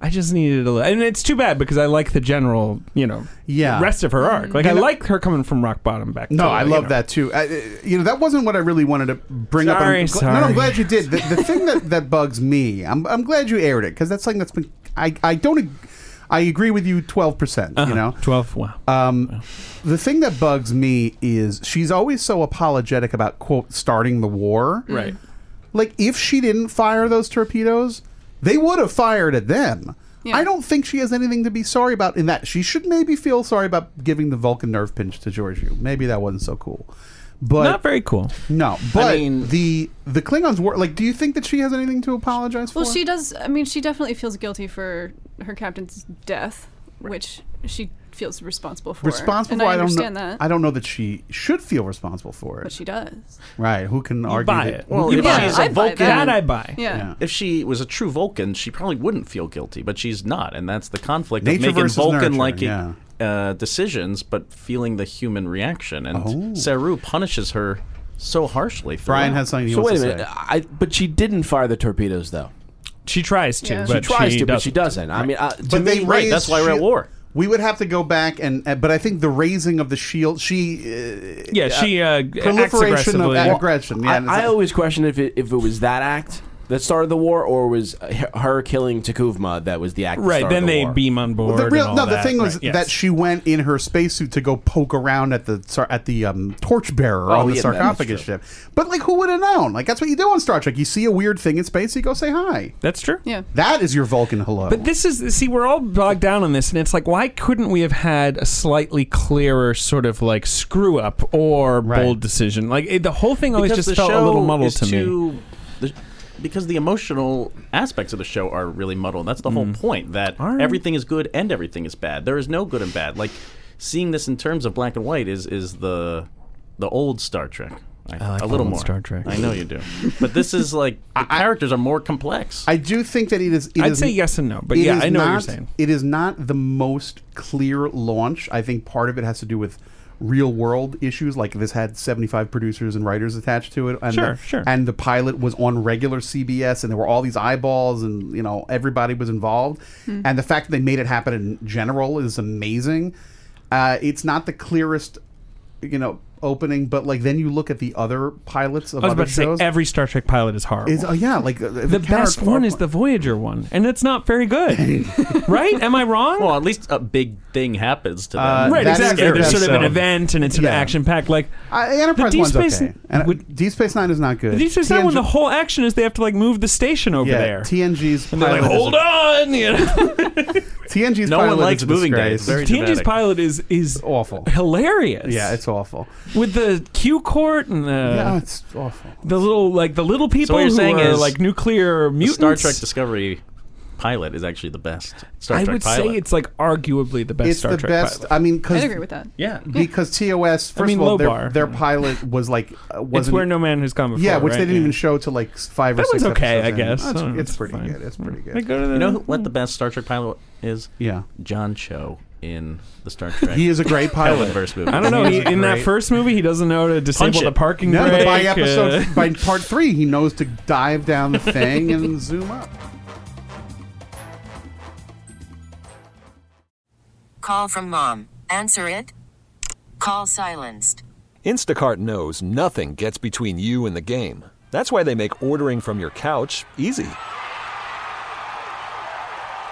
Speaker 7: I just needed a little, and it's too bad because I like the general, you know,
Speaker 5: Yeah.
Speaker 7: rest of her arc. Like
Speaker 5: You
Speaker 7: I
Speaker 5: know-
Speaker 7: like her coming from rock bottom back.
Speaker 5: No,
Speaker 7: to,
Speaker 5: I
Speaker 7: you
Speaker 5: love
Speaker 7: know.
Speaker 5: that too. I, uh, you know, that wasn't what I really wanted to bring up.
Speaker 7: Sorry,
Speaker 5: I'm gl- No, no,
Speaker 7: sorry.
Speaker 5: I'm glad you did. The, the thing that, that bugs me, I'm, I'm glad you aired it because that's something that's been. I, I don't. ag- I agree with you 12%. percent
Speaker 7: Uh-huh.
Speaker 5: You know,
Speaker 7: Twelve. Wow.
Speaker 5: Um, the thing that bugs me is she's always so apologetic about quote starting the war.
Speaker 8: Mm-hmm.
Speaker 7: Right.
Speaker 5: Like if she didn't fire those torpedoes, they would have fired at them.
Speaker 8: Yeah.
Speaker 5: I don't think she has anything to be sorry about in that. She should maybe feel sorry about giving the Vulcan nerve pinch to Georgiou. Maybe that wasn't so cool. But
Speaker 7: Not very cool.
Speaker 5: no, but
Speaker 6: mean-
Speaker 5: the the Klingons were like. Do you think that she has anything to apologize for?
Speaker 8: Well, she does. I mean, she definitely feels guilty for her captain's death, which she feels responsible for.
Speaker 5: responsible.
Speaker 8: And
Speaker 5: for
Speaker 8: I
Speaker 5: I don't
Speaker 8: understand
Speaker 5: know.
Speaker 8: that,
Speaker 5: I don't know that she should feel responsible for it.
Speaker 8: but she does.
Speaker 5: right? Who can argue
Speaker 7: buy
Speaker 5: that-
Speaker 7: it. Well,
Speaker 6: if
Speaker 8: buy it.
Speaker 6: she's a
Speaker 8: I'd buy
Speaker 6: Vulcan,
Speaker 8: that.
Speaker 7: That I buy.
Speaker 8: Yeah.
Speaker 5: Yeah.
Speaker 6: if she was a true Vulcan, she probably wouldn't feel guilty, but she's not, and that's the conflict
Speaker 5: Nature
Speaker 6: of making
Speaker 5: versus
Speaker 6: Vulcan like
Speaker 5: nurture,
Speaker 6: uh, decisions, but feeling the human reaction. And Saru punishes her so harshly.
Speaker 5: Oh. Brian
Speaker 6: throughout.
Speaker 5: has something he
Speaker 9: So wait
Speaker 5: wants
Speaker 9: a
Speaker 5: to
Speaker 9: minute.
Speaker 5: say.
Speaker 9: I, but she didn't fire the torpedoes, though.
Speaker 7: She tries to,
Speaker 8: Yeah. She
Speaker 7: but
Speaker 9: she tries to,
Speaker 7: doesn't.
Speaker 9: but she doesn't. I mean, uh, to
Speaker 5: But
Speaker 9: me,
Speaker 5: they
Speaker 6: right, that's why we're at
Speaker 5: raised
Speaker 6: war.
Speaker 5: shi- We would have to go back and, uh, but I think the raising of the shield, she uh,
Speaker 7: Yeah, she uh, acts
Speaker 5: proliferation of
Speaker 7: aggressively.
Speaker 5: ag- aggression. Yeah, and it's
Speaker 9: I, I
Speaker 5: like-
Speaker 9: always question if it, if it was that act that started the war, or was uh, h- her killing Takuvma that was the act. that
Speaker 7: right.
Speaker 9: started
Speaker 7: Then
Speaker 9: the
Speaker 7: they
Speaker 9: war.
Speaker 7: beam on board.
Speaker 5: the
Speaker 7: and
Speaker 5: real
Speaker 7: all
Speaker 5: no. The
Speaker 7: that.
Speaker 5: thing was
Speaker 7: Right, yes.
Speaker 5: that she went in her spacesuit to go poke around at the sar- at the um, torchbearer
Speaker 9: Oh,
Speaker 5: on the
Speaker 9: yeah, that's
Speaker 5: sarcophagus
Speaker 9: true.
Speaker 5: ship. But like, who would have known? Like, that's what you do on Star Trek. You see a weird thing in space, you go say hi.
Speaker 7: That's true.
Speaker 8: Yeah.
Speaker 5: That is your Vulcan hello.
Speaker 7: But this is see, we're all bogged down on this, and it's like, why couldn't we have had a slightly clearer sort of like screw up or
Speaker 5: Right.
Speaker 7: bold decision? Like it, the whole thing always
Speaker 6: Because
Speaker 7: just
Speaker 6: the
Speaker 7: felt a
Speaker 6: show
Speaker 7: little muddled
Speaker 6: is
Speaker 7: to me.
Speaker 6: too- the- because the emotional aspects of the show are really muddled. That's the whole point. That
Speaker 7: All right.
Speaker 6: everything is good and everything is bad. There is no good and bad. Like seeing this in terms of black and white is is the the old Star Trek. I,
Speaker 7: like
Speaker 6: a
Speaker 7: the
Speaker 6: little
Speaker 7: old
Speaker 6: more
Speaker 7: Star Trek.
Speaker 6: I know you do, but this is like the characters are more complex.
Speaker 5: I do think that it is. it
Speaker 7: I'd
Speaker 5: is-
Speaker 7: say yes and no, but
Speaker 5: it
Speaker 7: yeah,
Speaker 5: is
Speaker 7: I know what you're
Speaker 5: not-
Speaker 7: saying.
Speaker 5: It is not the most clear launch. I think part of it has to do with real world issues. Like this had 75 producers and writers attached to it. And
Speaker 7: Sure,
Speaker 5: the,
Speaker 7: sure.
Speaker 5: And the pilot was on regular CBS, and there were all these eyeballs, and you know everybody was involved.
Speaker 7: Hmm.
Speaker 5: And the fact that they made it happen in general is amazing. Uh, it's not the clearest, you know, opening, but like then you look at the other pilots of
Speaker 7: I was
Speaker 5: other
Speaker 7: about to say
Speaker 5: shows.
Speaker 7: every Star Trek pilot is horrible.
Speaker 5: is, oh yeah, like uh,
Speaker 7: the best one is the Voyager one, and it's not very
Speaker 5: <laughs>
Speaker 7: good, right? Am I wrong?
Speaker 6: well, at least a big thing happens to them.
Speaker 7: right,
Speaker 5: uh, that is
Speaker 7: exactly.
Speaker 5: their
Speaker 7: There's sort
Speaker 5: best
Speaker 7: of an
Speaker 5: show.
Speaker 7: event, and it's an
Speaker 5: Yeah.
Speaker 7: action packed. Like
Speaker 5: Uh, Enterprise
Speaker 7: The Deep
Speaker 5: one's
Speaker 7: Space-
Speaker 5: okay. And,
Speaker 7: would-
Speaker 5: Deep Space Nine is not good.
Speaker 7: Deep Space Nine, when
Speaker 5: TNG
Speaker 7: the whole action is they have to like move the station over
Speaker 5: yeah,
Speaker 7: there.
Speaker 5: TNG's
Speaker 7: and they're like,
Speaker 5: pilot is
Speaker 7: hold
Speaker 5: a-
Speaker 7: on. You know?
Speaker 5: TNG's
Speaker 6: No
Speaker 5: pilot
Speaker 6: one likes
Speaker 5: is a
Speaker 6: moving
Speaker 5: disgrace.
Speaker 6: days. Very
Speaker 7: TNG's
Speaker 6: dramatic.
Speaker 7: pilot is is
Speaker 5: awful.
Speaker 7: hilarious.
Speaker 5: yeah, it's awful.
Speaker 7: with the Q court and the
Speaker 5: yeah, it's awful.
Speaker 7: the little like the little people
Speaker 6: what you're
Speaker 7: who
Speaker 6: saying
Speaker 7: are
Speaker 6: is
Speaker 7: like nuclear
Speaker 6: The
Speaker 7: mutants.
Speaker 6: Star Trek Discovery pilot is actually the best. Star
Speaker 7: I
Speaker 6: Trek
Speaker 7: would
Speaker 6: pilot.
Speaker 7: say it's like arguably the best
Speaker 5: it's
Speaker 7: Star
Speaker 5: the
Speaker 7: Trek
Speaker 5: best.
Speaker 7: pilot.
Speaker 5: I mean, because
Speaker 8: I'd agree with that.
Speaker 6: yeah.
Speaker 5: because TOS first
Speaker 7: mean,
Speaker 5: of all,
Speaker 7: low
Speaker 5: their,
Speaker 7: bar.
Speaker 5: their pilot was like uh,
Speaker 7: It's
Speaker 5: wasn't
Speaker 7: where no man has come before.
Speaker 5: yeah, which
Speaker 7: right?
Speaker 5: they didn't
Speaker 7: Yeah.
Speaker 5: even show to like s- five or
Speaker 7: That
Speaker 5: six.
Speaker 7: one's okay, I
Speaker 5: episodes in.
Speaker 7: guess.
Speaker 5: Oh, it's-
Speaker 7: I don't know,
Speaker 5: it's,
Speaker 7: it's
Speaker 5: pretty
Speaker 7: fine.
Speaker 5: good. It's pretty
Speaker 7: They
Speaker 5: good.
Speaker 7: go to the,
Speaker 6: You know who- what
Speaker 8: Mm-hmm.
Speaker 6: the best Star Trek pilot is?
Speaker 5: Yeah,
Speaker 6: John Cho in the Star Trek.
Speaker 5: he is a great pilot.
Speaker 6: Kelvinverse movie.
Speaker 7: I don't
Speaker 6: <laughs>
Speaker 7: know.
Speaker 5: He's
Speaker 7: He,
Speaker 5: a
Speaker 7: in that
Speaker 5: great-
Speaker 7: first movie, he doesn't know to disable
Speaker 6: it.
Speaker 7: the parking
Speaker 5: No,
Speaker 7: brake.
Speaker 5: but by
Speaker 7: uh,
Speaker 5: <laughs>
Speaker 7: <laughs>
Speaker 5: episode, by part three, he knows to dive down the thing and zoom up.
Speaker 10: Call from mom. Answer it. Call silenced.
Speaker 11: Instacart knows nothing gets between you and the game. That's why they make ordering from your couch easy.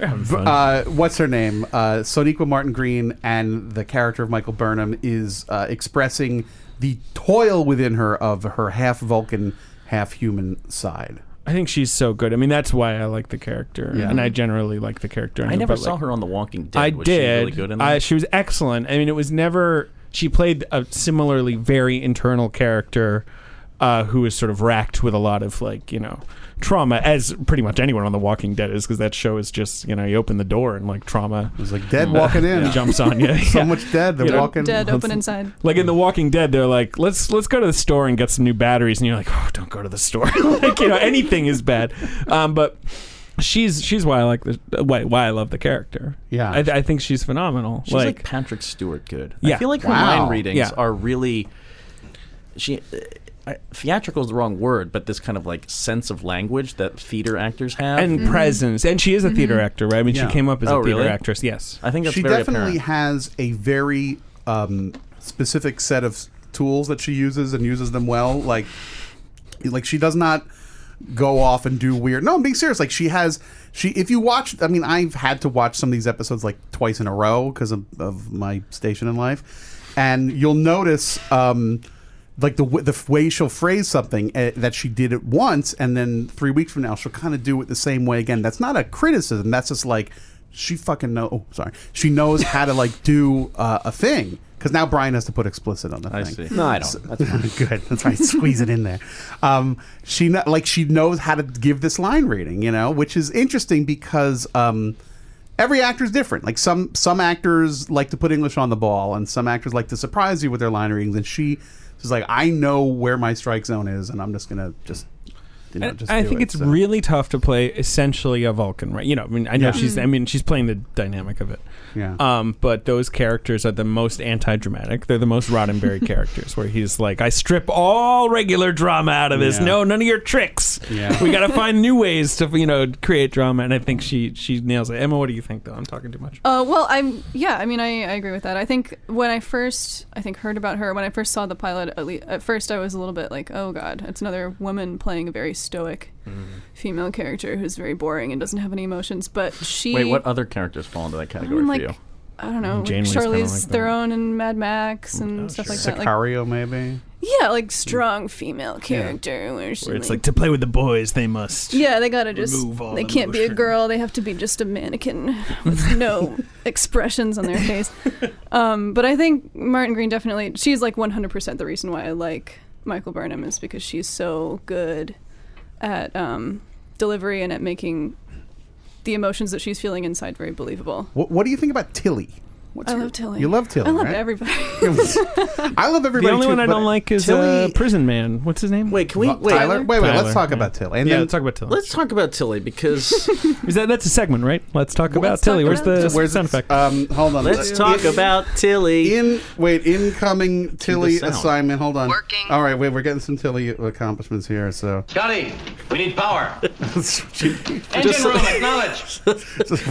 Speaker 5: uh, what's her name? Uh, Soniqua Martin Green and the character of Michael Burnham is uh, expressing the toil within her of her half Vulcan, half human side.
Speaker 7: I think she's so good. I mean, that's why I like the character,
Speaker 5: Yeah.
Speaker 7: and I generally like the character. in
Speaker 6: I
Speaker 7: her,
Speaker 6: never
Speaker 7: but,
Speaker 6: saw
Speaker 7: like,
Speaker 6: her on The Walking Dead.
Speaker 7: I
Speaker 6: was
Speaker 7: did.
Speaker 6: She really good in that?
Speaker 7: I, she was excellent. I mean, it was never. She played a similarly very internal character uh, who is sort of racked with a lot of like you know trauma, as pretty much anyone on The Walking Dead is, because that show is just you know you open the door and like trauma.
Speaker 5: It was like dead
Speaker 6: Mm.
Speaker 7: <laughs>
Speaker 5: walking
Speaker 6: <laughs>
Speaker 5: in.
Speaker 7: jumps on
Speaker 5: <laughs>
Speaker 7: you.
Speaker 5: So
Speaker 7: Yeah.
Speaker 5: much dead. They're
Speaker 7: You know,
Speaker 5: walking.
Speaker 8: Dead, open inside.
Speaker 7: Like in The Walking Dead, they're like, let's let's go to the store and get some new batteries, and you're like, oh, don't go to the store. <laughs> like you know, anything is bad. Um, but she's she's why I like the why why I love the character.
Speaker 6: Yeah.
Speaker 7: I, I think she's phenomenal.
Speaker 6: She's like, Patrick Stewart good.
Speaker 7: Yeah.
Speaker 6: I feel like her
Speaker 7: Wow.
Speaker 6: mind readings
Speaker 7: Yeah.
Speaker 6: are really she uh, I- theatrical is the wrong word, but this kind of like sense of language that theater actors have
Speaker 7: and presence, and she is a theater actor, right? I mean,
Speaker 6: Mm-hmm. Yeah.
Speaker 7: she came up as
Speaker 6: Oh,
Speaker 7: a theater
Speaker 6: really?
Speaker 7: actress. Yes,
Speaker 6: I think that's
Speaker 5: she
Speaker 6: very
Speaker 5: definitely
Speaker 6: apparent.
Speaker 5: has a very um, specific set of s- tools that she uses and uses them well. Like, like she does not go off and do weird. No, I'm being serious. Like she has she. If you watch, I mean, I've had to watch some of these episodes like twice in a row because of, of my station in life, and you'll notice. Um, like the w- the f- way she'll phrase something uh, that she did it once, and then three weeks from now she'll kind of do it the same way again. That's not a criticism. That's just like she fucking know. Oh, sorry, she knows how to like do uh, a thing. Because now Brian has to put explicit on the
Speaker 6: I
Speaker 5: thing.
Speaker 6: see. No, I
Speaker 5: So-
Speaker 6: don't.
Speaker 5: <laughs> good. That's right. Squeeze it in there. Um, she kn- like she knows how to give this line reading, you know, which is interesting because um, every actor is different. Like some some actors like to put English on the ball, and some actors like to surprise you with their line readings. And she is like, I know where my strike zone is, and I'm just gonna just. You know,
Speaker 7: And
Speaker 5: just
Speaker 7: I
Speaker 5: do
Speaker 7: think
Speaker 5: it,
Speaker 7: it's
Speaker 5: so.
Speaker 7: really tough to play essentially a Vulcan, right? You know, I mean, I know
Speaker 5: Yeah.
Speaker 7: she's.
Speaker 5: Mm.
Speaker 7: I mean, she's playing the dynamic of it.
Speaker 5: Yeah.
Speaker 7: Um, but those characters are the most anti-dramatic. They're the most
Speaker 5: <laughs>
Speaker 7: Roddenberry characters, where he's like, "I strip all regular drama out of this.
Speaker 5: Yeah.
Speaker 7: No, none of your tricks.
Speaker 5: Yeah.
Speaker 7: We got to find new ways to, you know, create drama." And I think she she nails it. Emma, what do you think? Though I'm talking too much.
Speaker 8: Uh, well, I'm yeah. I mean, I, I agree with that. I think when I first I think heard about her when I first saw the pilot. At, le- at first, I was a little bit like, oh god, it's another woman playing a very stoic
Speaker 5: Mm-hmm.
Speaker 8: female character who's very boring and doesn't have any emotions. But she
Speaker 6: Wait, what other characters fall into that
Speaker 8: I
Speaker 6: category
Speaker 8: mean, like uh,
Speaker 6: for you?
Speaker 8: I don't know, like
Speaker 6: Janeway's kinda
Speaker 8: Charlize
Speaker 6: like that.
Speaker 8: Theron and Mad Max and stuff like that. Like,
Speaker 5: Sicario, maybe.
Speaker 8: yeah, like strong female character where, she,
Speaker 7: Where it's like to play with the boys, they must.
Speaker 8: Yeah, they gotta just.
Speaker 7: remove all
Speaker 8: They can't be a
Speaker 7: emotion.
Speaker 8: girl. They have to be just a mannequin with no expressions on their face. Um, but I think Martin Green definitely. She's like 100% the reason why I like Michael Burnham is because she's so good at um, delivery and at making the emotions that she's feeling inside very believable.
Speaker 5: What, what do you think about Tilly? What's
Speaker 8: I
Speaker 5: your-
Speaker 8: love Tilly.
Speaker 5: You love Tilly.
Speaker 8: I love
Speaker 5: right?
Speaker 8: everybody.
Speaker 5: I love everybody.
Speaker 7: The only
Speaker 5: too,
Speaker 7: one I
Speaker 5: but
Speaker 7: don't like is
Speaker 5: Tilly.
Speaker 7: uh, Prison Man. What's his name?
Speaker 6: Wait, can we wait?
Speaker 5: Tyler. Wait, wait. Let's
Speaker 7: Tyler,
Speaker 5: talk
Speaker 7: yeah.
Speaker 5: about Tilly. And
Speaker 7: yeah,
Speaker 5: then
Speaker 7: let's talk about Tilly.
Speaker 6: Let's talk about
Speaker 8: <laughs>
Speaker 6: Tilly because
Speaker 7: Is that that's a segment, right? Let's talk about
Speaker 8: talk
Speaker 7: Tilly.
Speaker 8: about
Speaker 7: Where's Uh, the
Speaker 8: Tilly.
Speaker 5: Where's
Speaker 7: sound
Speaker 5: the
Speaker 7: effect?
Speaker 5: Um, hold on.
Speaker 6: let's talk
Speaker 5: In-
Speaker 6: about Tilly.
Speaker 5: in wait incoming Tilly
Speaker 6: sound.
Speaker 5: assignment. Hold on. All right, wait. We're getting some Tilly accomplishments here. So <laughs>
Speaker 3: Scotty, we need power.
Speaker 5: just
Speaker 3: Engine room acknowledge.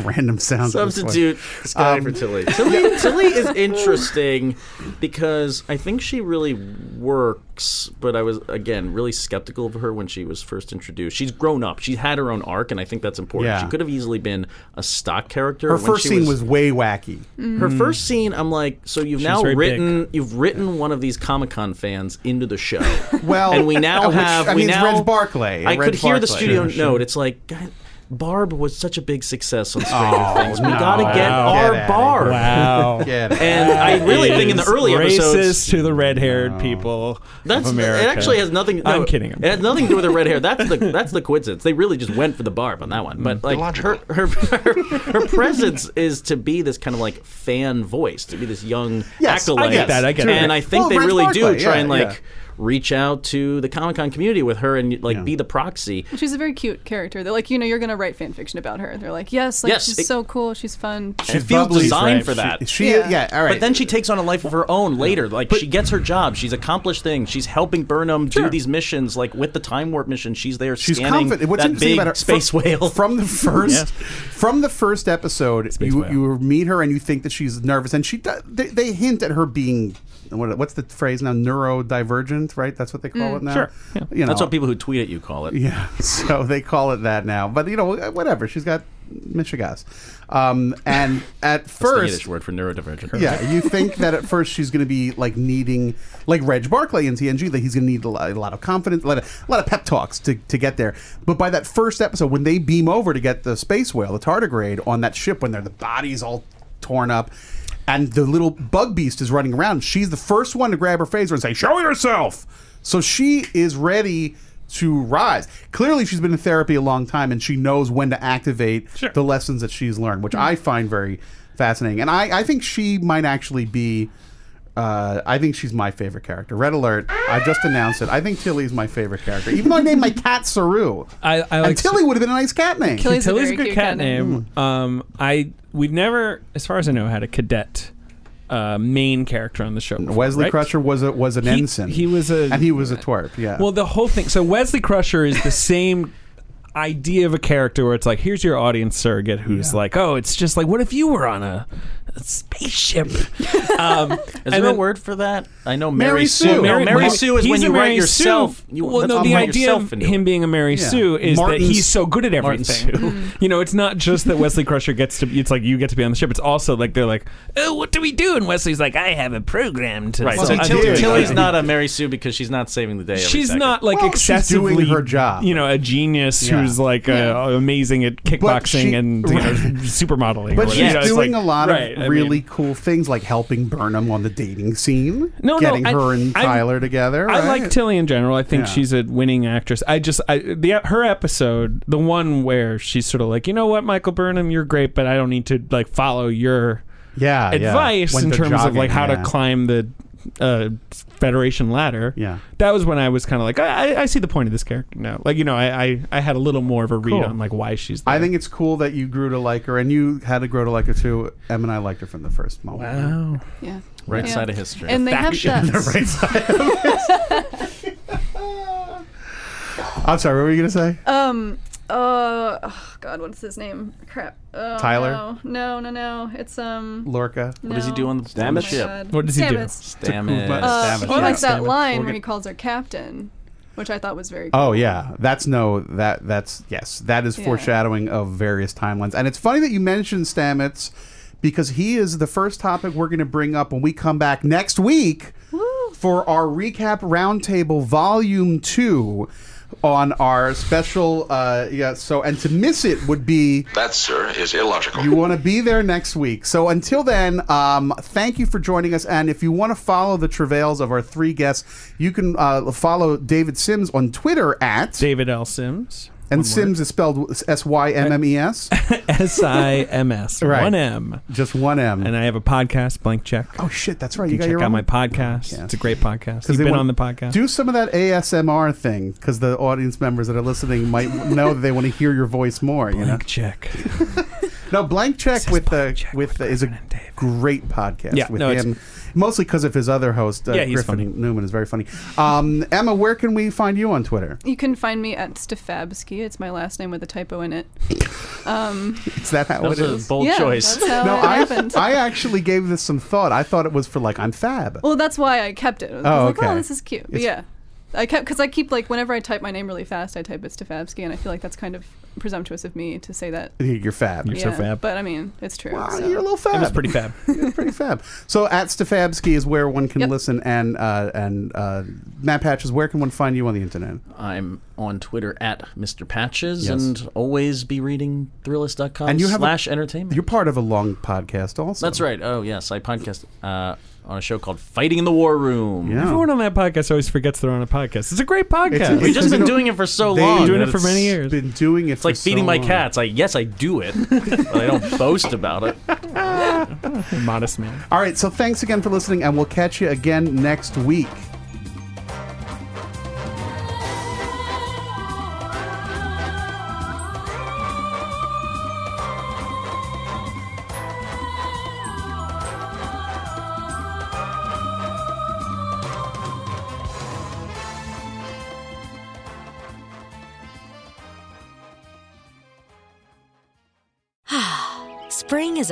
Speaker 5: random sounds.
Speaker 6: Substitute Sky
Speaker 5: Um, <laughs>
Speaker 6: for Tilly. Tilly, Tilly is interesting because I think she really works, but I was again really skeptical of her when she was first introduced. She's grown up. She had her own arc, and I think that's important.
Speaker 5: Yeah.
Speaker 6: She could have easily been a stock character.
Speaker 5: Her
Speaker 6: when
Speaker 5: first
Speaker 6: she
Speaker 5: scene was, Mm. way wacky.
Speaker 6: her first scene. I'm like, so you've
Speaker 7: She was
Speaker 6: now
Speaker 7: very
Speaker 6: written you've written one of these Comic Con fans into
Speaker 5: <laughs>
Speaker 6: the show.
Speaker 5: <laughs> Well, uh,
Speaker 6: and we now
Speaker 5: which-
Speaker 6: have
Speaker 5: I
Speaker 6: we
Speaker 5: mean,
Speaker 6: now
Speaker 5: it's Reg Barclay.
Speaker 6: I
Speaker 5: Reg
Speaker 6: could hear the
Speaker 5: Barclay.
Speaker 6: studio
Speaker 5: Sure, sure. <laughs>
Speaker 6: note. It's like. God, Barb was such a big success on Stranger
Speaker 5: Oh,
Speaker 6: Things. We
Speaker 5: no.
Speaker 6: gotta get
Speaker 5: Wow.
Speaker 6: our
Speaker 5: Get outta
Speaker 6: Barb. <laughs>
Speaker 7: Wow.
Speaker 5: Yeah,
Speaker 6: And I really think in the early
Speaker 7: racist
Speaker 6: episodes,
Speaker 7: to the red-haired people
Speaker 6: that's
Speaker 7: of America.
Speaker 6: it. Actually, has nothing. No,
Speaker 7: I'm kidding. I'm
Speaker 6: It has nothing to do with her red hair. That's
Speaker 5: <laughs>
Speaker 6: the that's the coincidence. They really just went for the barb on that one. But like her, her <laughs> her her presence is to be this kind of like fan voice, to be this young
Speaker 5: Yes, I
Speaker 6: acolyte.
Speaker 5: get
Speaker 7: that, I get that.
Speaker 6: and I think
Speaker 5: Well,
Speaker 6: they
Speaker 5: Reg
Speaker 6: really
Speaker 5: Barclay,
Speaker 6: do try
Speaker 5: yeah,
Speaker 6: and like.
Speaker 5: yeah.
Speaker 6: Reach out to the Comic Con community with her and like be the proxy.
Speaker 8: She's a very cute character. They're like, you know, you're gonna write fan fiction about her. They're like, yes, like
Speaker 6: Yes,
Speaker 8: she's
Speaker 6: it-
Speaker 8: so cool. She's fun.
Speaker 6: She feels
Speaker 5: Bubbly's
Speaker 6: designed
Speaker 5: right.
Speaker 6: for that.
Speaker 5: She, she yeah.
Speaker 8: Yeah.
Speaker 5: All right.
Speaker 6: But then she takes on a life of her own later. Like she gets her job. She's accomplished things. She's helping Burnham do these missions. Like with the time warp mission, she's there
Speaker 5: She's
Speaker 6: scanning
Speaker 5: confident. What's
Speaker 6: that
Speaker 5: interesting
Speaker 6: big
Speaker 5: about her
Speaker 6: space
Speaker 5: from,
Speaker 6: whale.
Speaker 5: from
Speaker 6: <laughs>
Speaker 5: the first from the first episode, you
Speaker 7: whale.
Speaker 5: you meet her and you think that she's nervous, and she do- they, they hint at her being what, what's the phrase now neurodivergent Island, right? That's what they call
Speaker 6: Mm.
Speaker 5: it now.
Speaker 6: Sure. Yeah.
Speaker 5: You know,
Speaker 6: That's what people who tweet at you call it.
Speaker 5: Yeah, <laughs> so they call it that now. But you know, whatever. She's got Michigas. Um, and at
Speaker 6: That's the
Speaker 5: first,
Speaker 6: Yiddish word for neurodivergent.
Speaker 5: yeah, you think that at first she's going to be like needing, like Reg Barclay in TNG, that he's going to need a lot, a lot of confidence, a lot of, a lot of pep talks to, to get there. But by that first episode, when they beam over to get the space whale, the tardigrade, on that ship, when they're the bodies all torn up, and the little bug beast is running around, she's the first one to grab her phaser and say, "Show yourself!" So she is ready. To rise. Clearly, she's been in therapy a long time and she knows when to activate the lessons that she's learned, which
Speaker 7: Mm-hmm.
Speaker 5: I find very fascinating. And I, I think she might actually be. Uh, I think she's my favorite character. Red Alert. I just announced it. I think Tilly's my favorite character. Even though I named my cat Saru.
Speaker 7: <laughs> I, I like
Speaker 5: and Tilly would have been a nice cat name.
Speaker 7: Tilly's, a, good cat, name. Um, I we've never, as far as I know, had a cadet uh, main character on the show. before,
Speaker 5: Wesley
Speaker 7: right?
Speaker 5: Crusher was a, was an
Speaker 7: He-
Speaker 5: ensign.
Speaker 7: he was a
Speaker 5: and he was a twerp. Yeah.
Speaker 7: Well, the whole thing. So Wesley Crusher <laughs> is the same idea of a character where it's like, here's your audience surrogate who's like, oh, it's just like, what if you were on a, a spaceship? um,
Speaker 6: Is there a word for that? I know Mary,
Speaker 7: Mary,
Speaker 6: Sue. No, Mary, Sue is
Speaker 7: he's
Speaker 6: when
Speaker 7: a
Speaker 6: you
Speaker 7: Mary
Speaker 6: write yourself.
Speaker 7: Sue.
Speaker 6: You,
Speaker 7: well,
Speaker 6: that's
Speaker 7: no,
Speaker 6: when
Speaker 7: the
Speaker 6: you write
Speaker 7: idea
Speaker 6: yourself
Speaker 7: of
Speaker 6: into
Speaker 7: him
Speaker 6: it.
Speaker 7: being a Mary
Speaker 6: Yeah.
Speaker 7: Sue is
Speaker 6: Martin
Speaker 7: that he's so good at
Speaker 6: Martin
Speaker 7: everything. <laughs> you know, it's not just that Wesley Crusher gets to. It's like you get to be on the ship. It's also like they're like, oh, what do we do? And Wesley's like, I have a program to.
Speaker 6: Right.
Speaker 7: solve
Speaker 6: so
Speaker 7: this."
Speaker 6: Tilly, Tilly's not a Mary Sue because she's not saving the day. every
Speaker 7: She's
Speaker 6: second.
Speaker 7: not like excessively job. You know, a genius
Speaker 6: Yeah.
Speaker 7: who's like uh,
Speaker 6: Yeah.
Speaker 7: amazing at kickboxing
Speaker 5: she-
Speaker 7: and you know,
Speaker 5: Right.
Speaker 7: supermodeling. or
Speaker 5: but
Speaker 7: whatever.
Speaker 5: she's
Speaker 7: You know, it's
Speaker 5: doing
Speaker 7: like-
Speaker 5: a lot of
Speaker 7: Right, I
Speaker 5: really
Speaker 7: mean-
Speaker 5: cool things, like helping Burnham on the dating scene,
Speaker 7: No, no,
Speaker 5: getting
Speaker 7: I-
Speaker 5: her and
Speaker 7: I-
Speaker 5: Tyler together.
Speaker 7: I like
Speaker 5: right?
Speaker 7: Tilly in general. I think
Speaker 5: Yeah.
Speaker 7: she's a winning actress. I just I the her episode, the one where she's sort of like, you know what, Michael Burnham, you're great, but I don't need to like follow your
Speaker 5: yeah, yeah.
Speaker 7: advice
Speaker 5: When
Speaker 7: in
Speaker 5: they're
Speaker 7: terms of
Speaker 5: jogging,
Speaker 7: like how
Speaker 5: yeah.
Speaker 7: to climb the uh, Federation ladder.
Speaker 5: Yeah,
Speaker 7: that was when I was kind of like, I, I- I see the point of this character now. Like you know, I I, I had a little more of a read
Speaker 5: Cool.
Speaker 7: on like why she's.
Speaker 5: I think it's cool that you grew to like her, and you had to grow to like her too. Em and I liked her from the first moment.
Speaker 7: Wow.
Speaker 8: Yeah.
Speaker 6: Right
Speaker 8: Yeah.
Speaker 6: side of history.
Speaker 8: And they have
Speaker 5: Faction.
Speaker 8: that.
Speaker 5: The right side <laughs> I'm sorry, what were you gonna say?
Speaker 8: Um. Uh. Oh God. What's his name? Crap. Oh,
Speaker 5: Tyler?
Speaker 8: No. No. No. no. It's um.
Speaker 5: Lorca.
Speaker 8: What does he No. do on the- on the Stamets? ship? God.
Speaker 7: What does he do?
Speaker 8: Stamets.
Speaker 6: Stamets.
Speaker 8: Uh,
Speaker 5: Stamets,
Speaker 8: or like
Speaker 5: yeah.
Speaker 8: that
Speaker 5: Stamets.
Speaker 8: line
Speaker 5: We'll
Speaker 8: where
Speaker 5: get-
Speaker 8: he calls her captain, which I thought was very. Cool.
Speaker 5: Oh yeah, that's no that that's yes, that is
Speaker 8: Yeah.
Speaker 5: foreshadowing of various timelines. And it's funny that you mentioned Stamets because he is the first topic we're going to bring up when we come back next week for our recap roundtable volume 2 on our special uh yeah, so and to miss it would be
Speaker 1: That, sir, is illogical.
Speaker 5: you want to be there next week. So until then, um, thank you for joining us. And if you want to follow the travails of our three guests, you can uh, follow David Sims on Twitter at
Speaker 7: David L. Sims.
Speaker 5: And Sims is spelled S Y M M E
Speaker 7: <laughs>
Speaker 5: S.
Speaker 7: S I M S.
Speaker 5: <laughs> Right.
Speaker 7: One M.
Speaker 5: Just one M.
Speaker 7: And I have a podcast, Blank Check.
Speaker 5: Oh shit, that's right.
Speaker 7: You,
Speaker 5: You got
Speaker 7: can check
Speaker 5: your
Speaker 7: out
Speaker 5: own
Speaker 7: my podcast. It's a great podcast. You've
Speaker 5: they
Speaker 7: been
Speaker 5: want-
Speaker 7: on the podcast.
Speaker 5: Do some of that ASMR thing because the audience members that are listening
Speaker 7: <laughs>
Speaker 5: might know that they want to hear your voice more. you know,
Speaker 7: check.
Speaker 5: <laughs> no, blank check with the with the, is a great podcast.
Speaker 7: Yeah,
Speaker 5: with
Speaker 7: no, it's-
Speaker 5: him, mostly because of his other host, uh,
Speaker 7: Yeah, he's
Speaker 5: Griffin
Speaker 7: funny.
Speaker 5: Newman, is very funny. Um, Emma, where can we find you on Twitter?
Speaker 8: You can find me at Stefabsky. It's my last name with a typo in it. Um,
Speaker 5: Is that how
Speaker 8: That
Speaker 5: it
Speaker 8: was a
Speaker 5: is?
Speaker 8: bold Yeah, choice. that's how
Speaker 5: <laughs> no,
Speaker 8: it happened.
Speaker 5: I, I actually gave this some thought. I thought it was for like I'm fab.
Speaker 8: well, that's why I kept it. I was
Speaker 5: Oh,
Speaker 8: like,
Speaker 5: okay.
Speaker 8: oh, this is cute. But
Speaker 5: It's-
Speaker 8: yeah. I kept because I keep like whenever I type my name really fast, I type it Stefabsky, and I feel like that's kind of presumptuous of me to say that.
Speaker 5: You're fab. Ah,
Speaker 8: Yeah, But I mean, it's true. so.
Speaker 5: You're a little fab.
Speaker 7: fab.
Speaker 5: You're pretty fab. So at Stefabsky is where one can listen, and uh, and uh, Matt Patches, where can one find you on the internet?
Speaker 6: I'm on Twitter at Mr. Patches
Speaker 5: Yes.
Speaker 6: and always be reading Thrillist.com
Speaker 5: and you have a-
Speaker 6: slash entertainment.
Speaker 5: You're part of a long podcast, also.
Speaker 6: That's right. Oh, yes. I podcast uh, on a show called Fighting in the War Room.
Speaker 7: Everyone on that podcast always forgets they're on a podcast. It's a great podcast.
Speaker 6: We've just been doing it for so
Speaker 7: They've been
Speaker 6: long.
Speaker 7: doing
Speaker 6: that
Speaker 7: it for
Speaker 6: it's-
Speaker 7: many years.
Speaker 5: Been doing it.
Speaker 6: It's like feeding my cats. I yes, I do it, <laughs> but I don't boast about it.
Speaker 7: Modest man.
Speaker 5: All right. So thanks again for listening, and we'll catch you again next week.
Speaker 12: Spring is